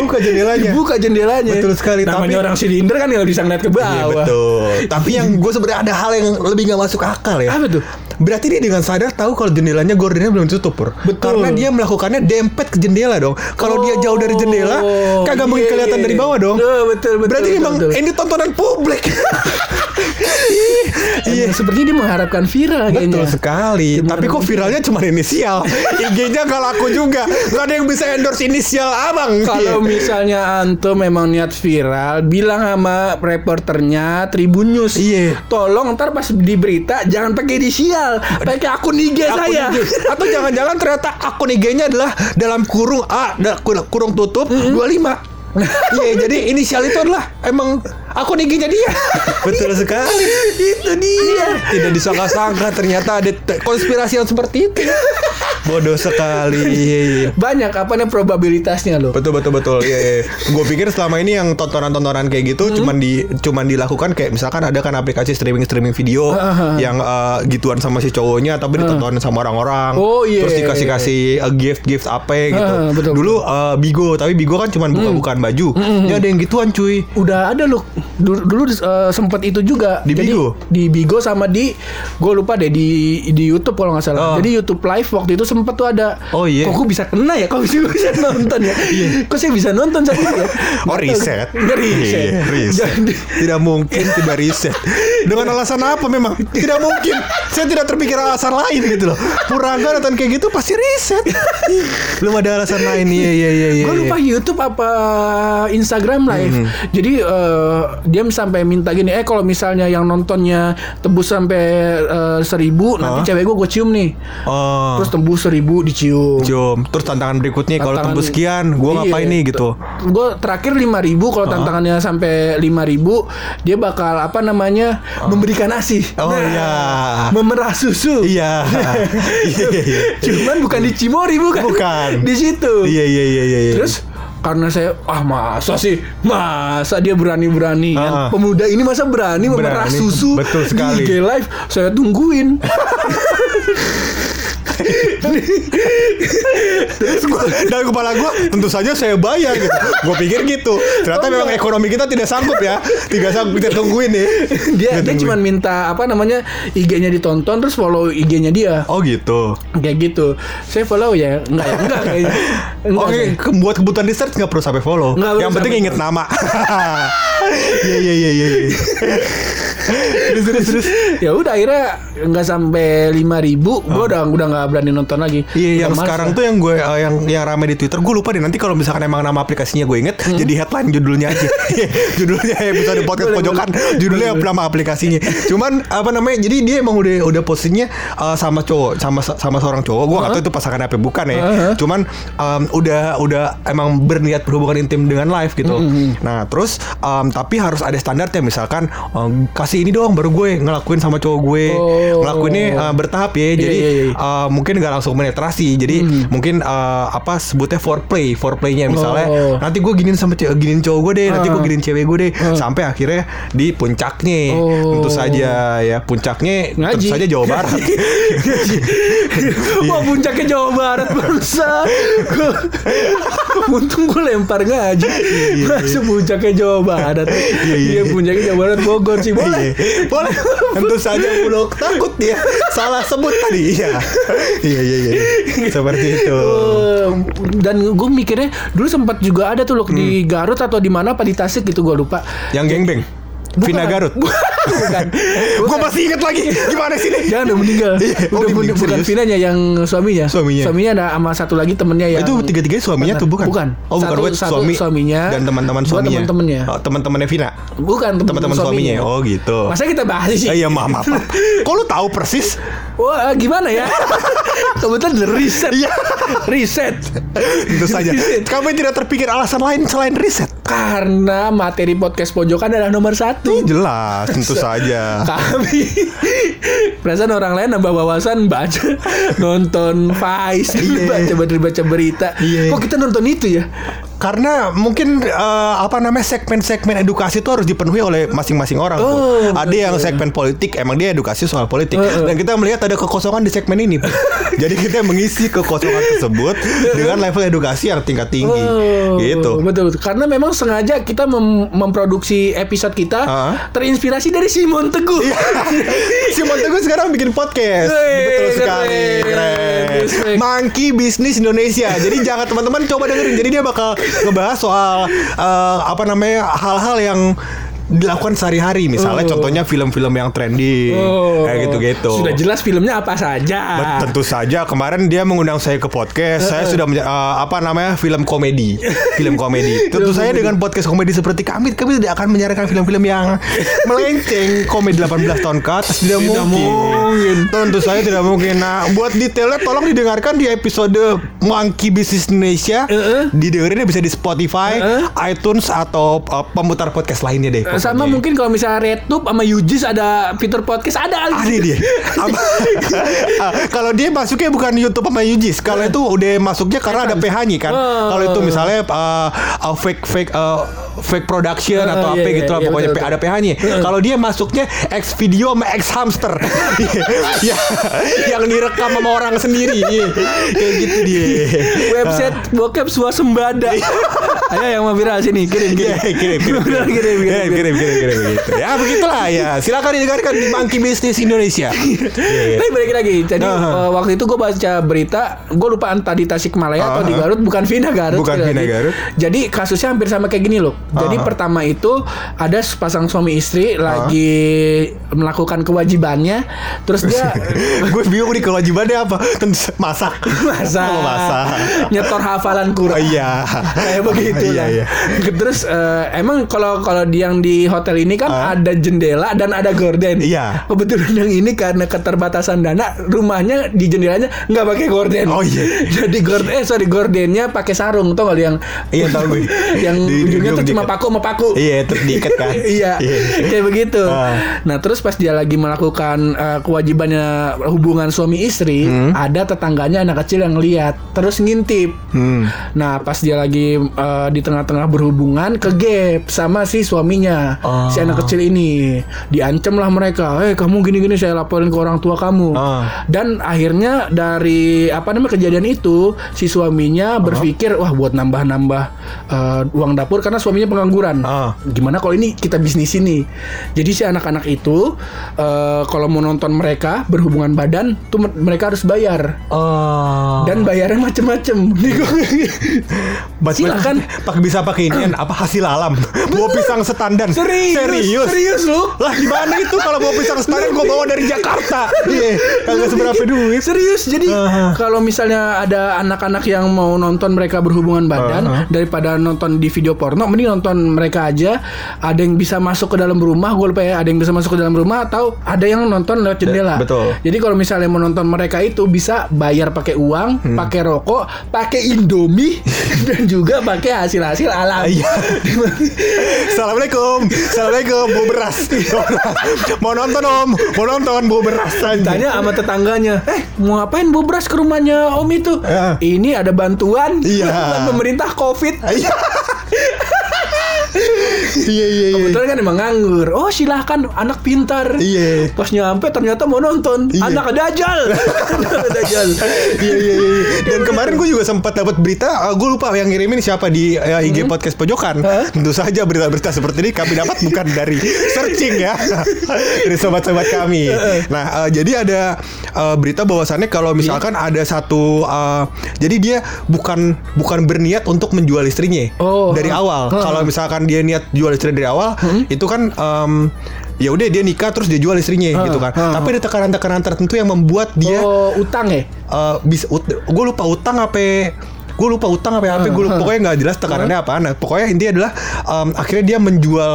Speaker 2: Buka jendelanya
Speaker 3: Buka jendelanya.
Speaker 2: Betul sekali,
Speaker 3: Namanya
Speaker 2: tapi-
Speaker 3: orang silinder kan nggak bisa ngeliat ke bawah.
Speaker 2: Iya betul. Tapi yang gue sebenarnya ada hal yang lebih nggak masuk akal ya.
Speaker 3: Apa tuh?
Speaker 2: Berarti dia dengan sadar tahu kalau jendelanya gordennya belum tutup pur.
Speaker 3: Betul.
Speaker 2: Karena dia melakukannya dempet ke jendela dong. Kalau dia jauh dari jendela,
Speaker 3: Oh,
Speaker 2: kagak mungkin
Speaker 3: iya,
Speaker 2: kelihatan
Speaker 3: iya.
Speaker 2: dari bawah dong.
Speaker 3: Betul, betul, betul,
Speaker 2: Berarti
Speaker 3: betul,
Speaker 2: memang
Speaker 3: betul.
Speaker 2: ini tontonan publik.
Speaker 3: Iya. Sepertinya dia mengharapkan viral kayaknya.
Speaker 2: Betul sekali.
Speaker 3: Gimana
Speaker 2: Tapi kok
Speaker 3: mungkin?
Speaker 2: viralnya cuma inisial. IG-nya gak laku juga. Gak ada yang bisa endorse inisial abang.
Speaker 3: Kalau
Speaker 2: Iya.
Speaker 3: misalnya Antum memang niat viral, bilang sama reporternya Tribun News.
Speaker 2: Iya.
Speaker 3: Tolong ntar pas di berita jangan pakai inisial, pakai akun IG
Speaker 2: Akun
Speaker 3: saya.
Speaker 2: IG. Atau jangan-jangan ternyata akun IG-nya adalah dalam kurung A da- kur- kurung tutup 25. Iya, jadi inisial itu adalah emang akun IG-nya dia. Betul sekali.
Speaker 3: Itu dia.
Speaker 2: Gitu Tidak disangka-sangka ternyata ada te- konspirasi yang seperti itu. Bodoh sekali. Iya, iya.
Speaker 3: Banyak apa nih probabilitasnya loh.
Speaker 2: Betul betul betul. Iya, iya. Gue pikir selama ini yang tontonan-tontonan kayak
Speaker 3: Hmm?
Speaker 2: gitu cuman di cuman dilakukan kayak misalkan ada kan aplikasi streaming streaming video
Speaker 3: Ah, ah.
Speaker 2: yang eh, gituan sama si cowoknya tapi ditontonin sama orang-orang.
Speaker 3: Oh, iya.
Speaker 2: Terus dikasih-kasih eh, gift-gift apa gitu.
Speaker 3: Ah, betul, Hmm.
Speaker 2: Dulu eh, Bigo tapi Bigo kan cuman buka-bukaan baju. Ya ada yang gituan cuy.
Speaker 3: Udah ada loh dulu, dulu eh, sempat itu juga
Speaker 2: Di
Speaker 3: Jadi,
Speaker 2: Bigo?
Speaker 3: di Bigo sama di gue lupa deh di di YouTube kalau nggak salah
Speaker 2: Oh.
Speaker 3: jadi YouTube live waktu itu sempat tuh ada
Speaker 2: Oh, iya.
Speaker 3: kok gue bisa kena ya kok gue bisa nonton ya kok saya bisa nonton saat itu ya
Speaker 2: Oh riset
Speaker 3: Nggak riset.
Speaker 2: Iya, riset.
Speaker 3: Jadi-
Speaker 2: Tidak mungkin tidak riset Dengan alasan apa memang Tidak mungkin Saya tidak terpikir alasan lain gitu loh Purangga nonton kayak gitu pasti riset Belum ada alasan lain Iya iya iya iya Hmm,
Speaker 3: Gue lupa YouTube apa Instagram live. Jadi eh, dia sampai minta gini, eh kalau misalnya yang nontonnya tembus sampai eh, seribu, nanti
Speaker 2: Hah?
Speaker 3: cewek gue gue cium nih.
Speaker 2: Oh
Speaker 3: Terus tembus seribu dicium.
Speaker 2: Jom Terus tantangan berikutnya Kalau
Speaker 3: Tantangan-
Speaker 2: tembus sekian Gue
Speaker 3: Iya,
Speaker 2: ngapain nih gitu
Speaker 3: Gue terakhir 5000 kalau tantangannya sampai 5000 dia bakal apa namanya memberikan asi.
Speaker 2: Oh, iya.
Speaker 3: Memerah susu.
Speaker 2: Iya Iya iya iya.
Speaker 3: Cuman bukan di Cimori bukan.
Speaker 2: Bukan.
Speaker 3: Di situ.
Speaker 2: Iya iya iya iya iya.
Speaker 3: Terus karena saya ah masa sih masa dia berani-berani
Speaker 2: Ah,
Speaker 3: Yang
Speaker 2: ah.
Speaker 3: pemuda ini masa berani, memerah
Speaker 2: Berani,
Speaker 3: susu
Speaker 2: betul
Speaker 3: di
Speaker 2: sekali.
Speaker 3: IG live saya tungguin
Speaker 2: Terus gua, dalam kepala gue tentu saja saya bayar gitu. Gue pikir gitu. Ternyata memang ekonomi kita tidak sanggup ya. Tidak sanggup kita tungguin nih.
Speaker 3: dia dia cuma minta apa namanya IG-nya ditonton terus follow IG-nya dia
Speaker 2: Oh gitu.
Speaker 3: kayak gitu saya follow ya enggak ya enggak kayaknya enggak
Speaker 2: Oke,
Speaker 3: saya.
Speaker 2: ke- buat kebutuhan research nggak perlu sampai follow.
Speaker 3: Nggak perlu
Speaker 2: Yang penting
Speaker 3: sampai
Speaker 2: inget nama. Iya iya iya iya. iya. Terus terus terus.
Speaker 3: ya udah akhirnya enggak sampai 5000 gua udah udah enggak berani nonton lagi
Speaker 2: Ah. Iya yang
Speaker 3: Udah males
Speaker 2: sekarang
Speaker 3: lah.
Speaker 2: tuh yang gue eh, yang yang rame di Twitter gue lupa deh nanti kalau misalkan emang nama aplikasinya gue inget jadi headline judulnya aja Iya, judulnya episode podcast
Speaker 3: Hmm? Boleh,
Speaker 2: pojokan
Speaker 3: boleh.
Speaker 2: judulnya
Speaker 3: Boleh,
Speaker 2: nama aplikasinya cuman apa namanya jadi dia emang udah udah postingnya eh, sama cowok sama sama seorang cowok gue nggak tahu itu pasangan apa bukan ya
Speaker 3: Uh-huh.
Speaker 2: cuman em, udah udah emang berniat berhubungan intim dengan live gitu
Speaker 3: Hmm,
Speaker 2: nah terus em, tapi harus ada standarnya misalkan em, kasih ini doang baru gue ngelakuin sama cowok gue
Speaker 3: Oh.
Speaker 2: ngelakuinnya eh, bertahap ya jadi
Speaker 3: iya, iya. Hmm.
Speaker 2: Uh, mungkin nggak langsung penetrasi jadi mungkin uh, apa sebutnya foreplay foreplaynya misalnya
Speaker 3: Oh.
Speaker 2: nanti gue giniin sama ce- giniin cowok gue deh nanti gue
Speaker 3: Ah.
Speaker 2: giniin cewek gue deh sampai akhirnya di puncaknya
Speaker 3: Oh.
Speaker 2: tentu saja ya puncaknya
Speaker 3: Ngaji. Iya.
Speaker 2: tentu saja Jawa Barat Iya.
Speaker 3: Wah puncaknya Jawa Barat barusan Gua- Untung gue lempar ngaji Langsung puncaknya Jawa Barat
Speaker 2: Iya, iya.
Speaker 3: Iya puncaknya Jawa Barat Bogor sih boleh
Speaker 2: Iya. boleh tentu saja bulog takut dia salah sebut tadi iya iya iya iya. seperti itu
Speaker 3: Eh, dan gue mikirnya dulu sempat juga ada tuh loh
Speaker 2: Hmm.
Speaker 3: di Garut atau di mana apa di Tasik gitu gue lupa.
Speaker 2: yang gengbeng
Speaker 3: Bukan.
Speaker 2: Vina Garut
Speaker 3: Bukan.
Speaker 2: gue masih inget lagi gimana sih ini
Speaker 3: Jangan udah meninggal.
Speaker 2: Iya. Oh,
Speaker 3: Udah
Speaker 2: dia
Speaker 3: bukan
Speaker 2: meninggal,
Speaker 3: bukan
Speaker 2: serius?
Speaker 3: Vinanya yang suaminya.
Speaker 2: Suaminya. Oh,
Speaker 3: Suaminya ada sama satu lagi temennya yang
Speaker 2: itu tiga-tiganya suaminya tuh bukan?
Speaker 3: Ya, Bukan.
Speaker 2: Oh bukan
Speaker 3: Satu-
Speaker 2: bukan
Speaker 3: satu
Speaker 2: suami
Speaker 3: suaminya,
Speaker 2: dan teman-teman
Speaker 3: dua
Speaker 2: suaminya.
Speaker 3: teman-temannya.
Speaker 2: Oh, teman-temannya Vina.
Speaker 3: Bukan
Speaker 2: Teman-teman suaminya. Oh gitu.
Speaker 3: Masa kita bahas sih?
Speaker 2: Eh, iya maaf maaf. maaf. Kok lu tahu persis?
Speaker 3: Wah gimana ya? Kebetulan ada riset.
Speaker 2: Iya.
Speaker 3: riset.
Speaker 2: Tentu saja. Kami tidak terpikir alasan lain selain riset.
Speaker 3: Karena materi podcast pojokan adalah nomor
Speaker 2: Ini
Speaker 3: satu.
Speaker 2: jelas, tentu saja.
Speaker 3: Kami perasaan orang lain nambah wawasan baca nonton Vice baca baca baca berita.
Speaker 2: Iya.
Speaker 3: Kok kita nonton itu ya?
Speaker 2: Karena mungkin eh, apa namanya segmen-segmen edukasi itu harus dipenuhi oleh masing-masing orang. tuh.
Speaker 3: Oh, Eh,
Speaker 2: ada yang segmen politik, emang dia edukasi soal politik.
Speaker 3: Heeh.
Speaker 2: Dan kita melihat ada kekosongan di segmen ini. Bu. Jadi kita mengisi kekosongan tersebut dengan level edukasi yang tingkat tinggi.
Speaker 3: Eh, Oh,
Speaker 2: gitu.
Speaker 3: Betul, betul. Karena memang sengaja kita mem- memproduksi episode kita
Speaker 2: Ah.
Speaker 3: terinspirasi dari Simon Teguh.
Speaker 2: Iya. Simon Teguh sekarang bikin podcast.
Speaker 3: Wey,
Speaker 2: Betul sekali.
Speaker 3: keren.
Speaker 2: Keren.
Speaker 3: Respect.
Speaker 2: Monkey Bisnis Indonesia. Jadi jangan teman-teman coba dengerin. Jadi dia bakal ngebahas soal eh, apa namanya hal-hal yang dilakukan sehari-hari misalnya contohnya film-film yang trending
Speaker 3: Oh.
Speaker 2: kayak gitu-gitu.
Speaker 3: Sudah jelas filmnya apa saja.
Speaker 2: Bet- Tentu saja kemarin dia mengundang saya ke podcast. Saya sudah menja- eh, apa namanya film komedi, film komedi. Tentu saya dengan podcast komedi seperti kami, kami tidak akan menyarankan film-film yang melenceng komedi 18 tahun ke atas tidak,
Speaker 3: Tidak
Speaker 2: mungkin.
Speaker 3: mungkin.
Speaker 2: Tentu saya tidak mungkin. Nah, buat detailnya tolong didengarkan di episode Monkey Business Indonesia.
Speaker 3: Eh, eh.
Speaker 2: Didengerinnya bisa di Spotify,
Speaker 3: Eh,
Speaker 2: iTunes atau eh, pemutar podcast lainnya deh.
Speaker 3: Eh, sama
Speaker 2: pokoknya.
Speaker 3: mungkin kalau misalnya RedTube sama Yujis ada Peter Podcast ada
Speaker 2: ada dia. Apa- Ah, kalau dia masuknya bukan YouTube sama Yujis, kalau itu udah masuknya karena ada PH-nya kan.
Speaker 3: Oh.
Speaker 2: Kalau itu misalnya fake fake fake production
Speaker 3: Ah,
Speaker 2: atau
Speaker 3: iya,
Speaker 2: apa
Speaker 3: iya,
Speaker 2: gitu lah
Speaker 3: iya,
Speaker 2: pokoknya
Speaker 3: betul, Ah.
Speaker 2: ada PH-nya. Kalau dia masuknya X video sama X hamster. ya, yang direkam sama orang sendiri. Iya. Kayak gitu dia.
Speaker 3: website bokep swasembada. Ayo yang mau viral sini kirim kirim.
Speaker 2: Iya, kirim, kirim,
Speaker 3: Bener, Ya. kirim, kirim,
Speaker 2: Iya, kirim, kirim, kirim, gitu. Ya begitulah ya. Silakan didengarkan di Monkey Business Indonesia. Iya.
Speaker 3: Tapi balik lagi. Jadi
Speaker 2: Ah.
Speaker 3: eh, waktu itu gue baca berita, gue lupa entah di Tasikmalaya atau di
Speaker 2: Ah.
Speaker 3: Garut, bukan Vina Garut.
Speaker 2: Bukan
Speaker 3: sekali
Speaker 2: Vina
Speaker 3: lagi.
Speaker 2: Garut.
Speaker 3: Jadi kasusnya hampir sama kayak gini loh. Jadi
Speaker 2: Ah.
Speaker 3: pertama itu ada sepasang suami istri lagi melakukan kewajibannya, terus dia
Speaker 2: Gue bingung nih kewajibannya apa? Tentu masak.
Speaker 3: masa
Speaker 2: Oh, masak.
Speaker 3: nyetor hafalan
Speaker 2: Oh,
Speaker 3: Quran.
Speaker 2: iya.
Speaker 3: kayak begitu
Speaker 2: Iya,
Speaker 3: lah.
Speaker 2: iya.
Speaker 3: Terus eh, emang kalau kalau di yang di hotel ini kan
Speaker 2: Ah.
Speaker 3: ada jendela dan ada gorden.
Speaker 2: Iya.
Speaker 3: Kebetulan yang ini karena keterbatasan dana rumahnya di jendelanya nggak pakai gorden.
Speaker 2: Oh, iya.
Speaker 3: Jadi gorden eh sorry gordennya pakai sarung tau nggak lu yang
Speaker 2: Iya, tau gue.
Speaker 3: yang
Speaker 2: Di- di-
Speaker 3: ujungnya tuh
Speaker 2: di-
Speaker 3: cuma
Speaker 2: di-
Speaker 3: paku sama paku.
Speaker 2: Iya, terus diikat kan.
Speaker 3: Iya, kayak begitu.
Speaker 2: Ah.
Speaker 3: Nah, terus pas dia lagi melakukan eh, kewajibannya hubungan suami istri, ada tetangganya anak kecil yang lihat, terus ngintip.
Speaker 2: Hmm.
Speaker 3: Nah, pas dia lagi eh, di tengah-tengah berhubungan kegep sama si suaminya, si
Speaker 2: Ah.
Speaker 3: anak kecil ini. Diancam lah mereka, "Eh, kamu gini-gini saya laporin ke orang tua kamu."
Speaker 2: Ah.
Speaker 3: Dan akhirnya dari apa namanya kejadian itu, si suaminya
Speaker 2: Ah.
Speaker 3: berpikir, "Wah, buat nambah-nambah eh, uang dapur karena suaminya pengangguran."
Speaker 2: Ah.
Speaker 3: Gimana kalau ini kita bisnis ini? Jadi si anak-anak itu eh, kalau mau nonton mereka berhubungan badan tuh mer- mereka harus bayar
Speaker 2: Oh.
Speaker 3: dan bayarnya macem-macem. Nih, gua-
Speaker 2: Silakan.
Speaker 3: Silakan.
Speaker 2: Pak bisa pakai ini kan? apa hasil alam. Buah pisang setandan.
Speaker 3: Serius,
Speaker 2: Serius.
Speaker 3: serius lu?
Speaker 2: Lah gimana itu kalau buah pisang setandan gue bawa dari Jakarta. Iya. Kagak seberapa duit.
Speaker 3: Serius, jadi
Speaker 2: Aha.
Speaker 3: kalau misalnya ada anak-anak yang mau nonton mereka berhubungan badan
Speaker 2: Aha.
Speaker 3: daripada nonton di video porno, mending nonton mereka aja. Ada yang bisa masuk ke dalam rumah, gue lupa ya. Ada yang bisa masuk ke dalam rumah atau ada yang nonton lewat jendela.
Speaker 2: Ya, betul.
Speaker 3: Jadi kalau misalnya mau nonton mereka itu bisa bayar pakai uang,
Speaker 2: Hmm.
Speaker 3: pakai rokok, pakai indomie dan juga pakai hasil-hasil alam.
Speaker 2: Iya. Assalamualaikum. Assalamualaikum. Bu beras. Mau nonton om. Mau nonton bu beras. Tanya.
Speaker 3: Tanya sama tetangganya, eh mau ngapain bu beras ke rumahnya om itu?
Speaker 2: Eh.
Speaker 3: Ini ada bantuan,
Speaker 2: Iya.
Speaker 3: bantuan pemerintah covid.
Speaker 2: Iya. Iya iya iya.
Speaker 3: Kebetulan kan emang nganggur. Oh silahkan anak pintar.
Speaker 2: Iya.
Speaker 3: Pas nyampe ternyata mau nonton
Speaker 2: Iya.
Speaker 3: anak dajal. anak dajal.
Speaker 2: Iya iya iya. Dan kemarin gue juga sempat dapat berita, eh, gue lupa yang ngirimin siapa di eh, IG podcast pojokan.
Speaker 3: Hmm. Hah?
Speaker 2: Tentu saja berita-berita seperti ini kami dapat bukan dari searching ya, dari sobat-sobat kami. Nah eh, jadi ada eh, berita bahwasannya kalau misalkan
Speaker 3: Iya.
Speaker 2: ada satu, eh, jadi dia bukan bukan berniat untuk menjual istrinya
Speaker 3: Oh, Hmm?
Speaker 2: dari
Speaker 3: huh.
Speaker 2: awal.
Speaker 3: Huh.
Speaker 2: Kalau misalkan dia niat jual istri dari awal, itu kan em, ya udah dia nikah terus dia jual istrinya
Speaker 3: Huh,
Speaker 2: gitu kan.
Speaker 3: huh,
Speaker 2: Tapi ada tekanan-tekanan tertentu yang membuat dia
Speaker 3: Oh utang ya?
Speaker 2: eh bisa ut, gue lupa utang apa gue lupa utang apa apa gue lupa pokoknya nggak jelas tekanannya apaan Nah, pokoknya intinya adalah em, akhirnya dia menjual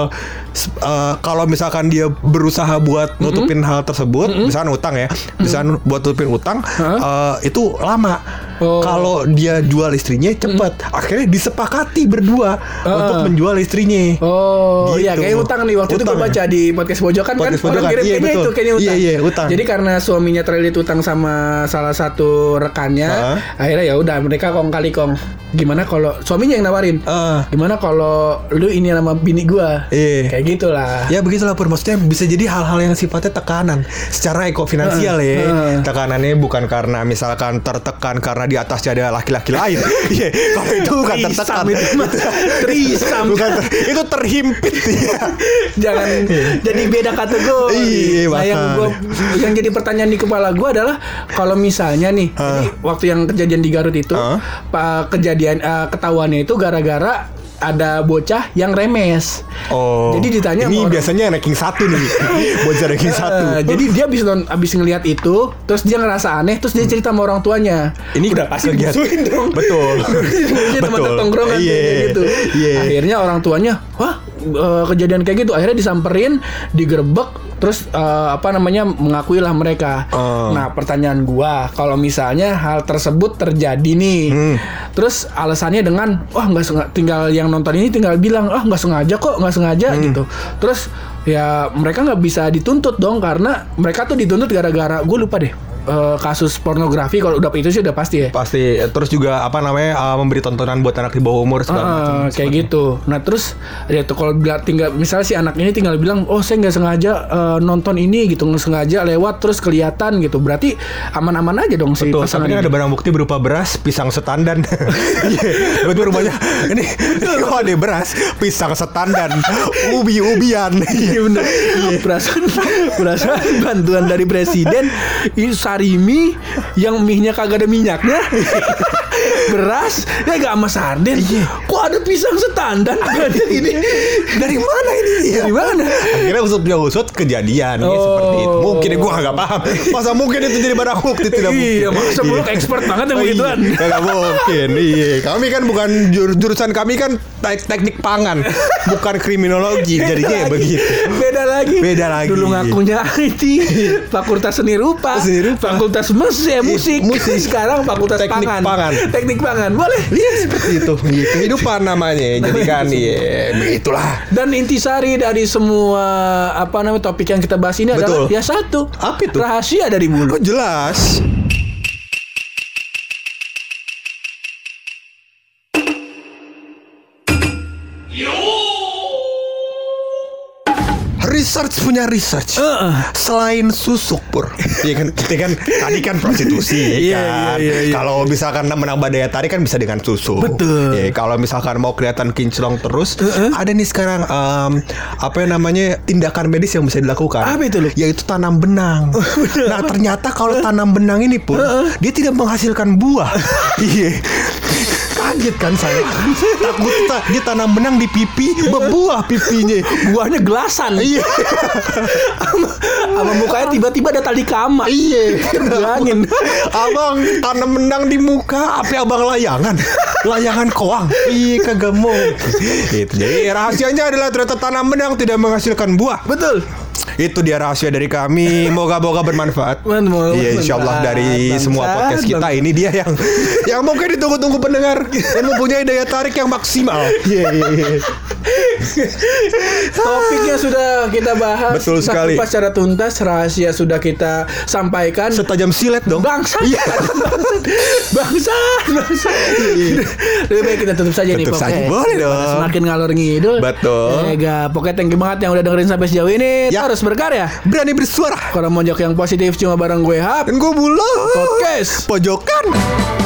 Speaker 2: s- eh, kalau misalkan dia berusaha buat nutupin hal tersebut misalkan utang ya misalkan buat nutupin utang eh, itu lama
Speaker 3: Oh.
Speaker 2: kalau dia jual istrinya cepet akhirnya disepakati berdua untuk menjual istrinya
Speaker 3: Ah. Oh
Speaker 2: Gitu.
Speaker 3: iya kayak utang nih waktu itu
Speaker 2: Utang
Speaker 3: gue
Speaker 2: ya?
Speaker 3: baca di podcast pojokan
Speaker 2: Podcast
Speaker 3: kan
Speaker 2: Pojokan,
Speaker 3: orang kirim
Speaker 2: iya,
Speaker 3: kayaknya
Speaker 2: betul.
Speaker 3: itu kayaknya utang.
Speaker 2: Iya, iya, utang.
Speaker 3: Jadi karena suaminya terlilit utang sama salah satu rekannya,
Speaker 2: Heeh.
Speaker 3: akhirnya ya udah mereka kong kali kong. Gimana kalau suaminya yang nawarin?
Speaker 2: Eh,
Speaker 3: Gimana kalau lu ini sama bini gua?
Speaker 2: Iya.
Speaker 3: Kayak gitulah.
Speaker 2: Ya begitulah Pur Maksudnya bisa jadi hal-hal yang sifatnya tekanan Secara eko finansial ya
Speaker 3: Heeh.
Speaker 2: Tekanannya bukan karena misalkan tertekan Karena di atasnya ada laki-laki lain Iya Kalau itu bukan tertekan
Speaker 3: Trisam itu mah. Trisam.
Speaker 2: Bukan ter- Itu terhimpit Iya
Speaker 3: Jangan jadi beda kategori.
Speaker 2: Iya,
Speaker 3: Nah, yang
Speaker 2: makanya.
Speaker 3: gua yang jadi pertanyaan di kepala gua adalah kalau misalnya nih
Speaker 2: Ah.
Speaker 3: jadi waktu yang kejadian di Garut itu
Speaker 2: Ah.
Speaker 3: pa- kejadian eh, ketahuannya itu gara-gara ada bocah yang remes.
Speaker 2: Oh
Speaker 3: Jadi ditanya
Speaker 2: Ini
Speaker 3: sama orang-
Speaker 2: biasanya ranking satu nih Bocah ranking satu
Speaker 3: Eh, jadi dia abis, non, abis ngelihat itu, terus dia ngerasa aneh, terus dia cerita sama orang tuanya.
Speaker 2: Ini
Speaker 3: udah pasti
Speaker 2: kegiatan-
Speaker 3: dimusuhin dong.
Speaker 2: Betul.
Speaker 3: Jadi teman
Speaker 2: Betul.
Speaker 3: tongkrongan
Speaker 2: Iya.
Speaker 3: kayak gitu.
Speaker 2: Iya.
Speaker 3: Akhirnya orang tuanya, wah eh, kejadian kayak gitu. Akhirnya disamperin, digerebek, terus eh, apa namanya mengakuilah mereka.
Speaker 2: Oh.
Speaker 3: Nah pertanyaan gua, kalau misalnya hal tersebut terjadi nih,
Speaker 2: Hmm.
Speaker 3: terus alasannya dengan, wah nggak sengaja, tinggal yang nonton ini tinggal bilang, ah nggak sengaja kok, nggak sengaja
Speaker 2: Hmm.
Speaker 3: gitu. Terus ya mereka nggak bisa dituntut dong karena mereka tuh dituntut gara-gara gue lupa deh eh, kasus pornografi kalau udah itu sih udah pasti ya.
Speaker 2: pasti terus juga apa namanya eh, memberi tontonan buat anak di bawah umur segala
Speaker 3: Ah,
Speaker 2: macam.
Speaker 3: kayak gitu. Nah terus ya tuh kalau bila- tinggal misalnya si anak ini tinggal bilang, oh saya nggak sengaja eh, nonton ini gitu, nggak sengaja lewat terus kelihatan gitu. Berarti aman-aman aja dong si
Speaker 2: Tuh,
Speaker 3: pasangan
Speaker 2: tapi kan
Speaker 3: ini.
Speaker 2: ada barang bukti berupa beras, pisang setandan. Iya, betul rumahnya. Ini, ini kok ada beras, pisang setandan, ubi-ubian.
Speaker 3: Iya bener Perasaan Perasaan bantuan dari presiden ini Sarimi Yang mie-nya kagak ada minyaknya Beras Ya gak sama sarden Kok ada pisang setandan ini Dari mana ini Dari mana
Speaker 2: Akhirnya usutnya usut kejadian ya, seperti itu.
Speaker 3: Oh.
Speaker 2: Mungkin ya, gua nggak paham. Masa mungkin itu jadi barang bukti tidak mungkin.
Speaker 3: Iya masa
Speaker 2: Iya.
Speaker 3: lu expert banget yang
Speaker 2: Oh, iya.
Speaker 3: begituan
Speaker 2: Nggak mungkin. Iya, kami kan bukan jur- jurusan kami kan tek- teknik pangan, bukan kriminologi.
Speaker 3: Iya,
Speaker 2: Jadinya ya begitu.
Speaker 3: Beda lagi
Speaker 2: Beda lagi.
Speaker 3: Dulu ngakunya IT Fakultas seni rupa,
Speaker 2: Seni rupa.
Speaker 3: Fakultas musik, eh, musik.
Speaker 2: musik.
Speaker 3: Sekarang fakultas
Speaker 2: Teknik pangan.
Speaker 3: Teknik pangan Boleh
Speaker 2: Iya seperti itu. Iya, kehidupan namanya. Jadi kan iya begitulah.
Speaker 3: Dan intisari dari semua apa namanya topik yang kita bahas ini adalah
Speaker 2: Betul.
Speaker 3: ya satu.
Speaker 2: Apa itu?
Speaker 3: Rahasia dari
Speaker 2: Oh
Speaker 3: bulu.
Speaker 2: jelas. Research punya research. Selain susuk pur, Iya kan, kita kan tadi kan prostitusi
Speaker 3: Iya,
Speaker 2: kan.
Speaker 3: iya, iya, iya.
Speaker 2: Kalau misalkan menambah daya tarik kan bisa dengan susu.
Speaker 3: Betul.
Speaker 2: Iya, kalau misalkan mau kelihatan kinclong terus, ada nih sekarang em, apa yang namanya tindakan medis yang bisa dilakukan.
Speaker 3: Apa itu, Oh, Lu?
Speaker 2: Yaitu tanam benang. nah ternyata kalau tanam benang ini pun dia tidak menghasilkan buah. Iya. Kaget kan saya. Takut ta- dia tanam benang di pipi berbuah pipinya.
Speaker 3: Buahnya gelasan.
Speaker 2: Iya.
Speaker 3: Sama mukanya tiba-tiba ada tali kama.
Speaker 2: Iya.
Speaker 3: Bayangin.
Speaker 2: Abang tanam benang di muka, apa abang layangan? Layangan koang. Iya kagak mau. Itu. Jadi rahasianya adalah ternyata tanam benang tidak menghasilkan buah.
Speaker 3: Betul.
Speaker 2: Itu dia rahasia dari kami. Moga-moga bermanfaat.
Speaker 3: Man, moga
Speaker 2: Iya, insya Allah
Speaker 3: bermanfaat,
Speaker 2: dari
Speaker 3: bangsa,
Speaker 2: semua podcast kita
Speaker 3: bangsa.
Speaker 2: ini dia yang yang mungkin ditunggu-tunggu pendengar dan mempunyai daya tarik yang maksimal. Iya, iya, iya.
Speaker 3: Topiknya sudah kita bahas.
Speaker 2: Betul
Speaker 3: Kita
Speaker 2: sekali.
Speaker 3: kupas secara tuntas rahasia sudah kita sampaikan.
Speaker 2: Setajam silet dong.
Speaker 3: Bangsa,
Speaker 2: Iya.
Speaker 3: bangsa, bangsa. Lebih baik kita tutup saja nih
Speaker 2: Tutup
Speaker 3: podcast.
Speaker 2: saja. Boleh dong.
Speaker 3: Karena Semakin ngalor ngidul.
Speaker 2: Betul.
Speaker 3: Ega, pokoknya thank you banget yang udah dengerin sampai sejauh ini.
Speaker 2: Ya.
Speaker 3: Terus berkarya.
Speaker 2: Berani bersuara.
Speaker 3: Kalau mau jok yang positif cuma bareng gue hap.
Speaker 2: Dan gue bulu.
Speaker 3: Podcast.
Speaker 2: Pojokan.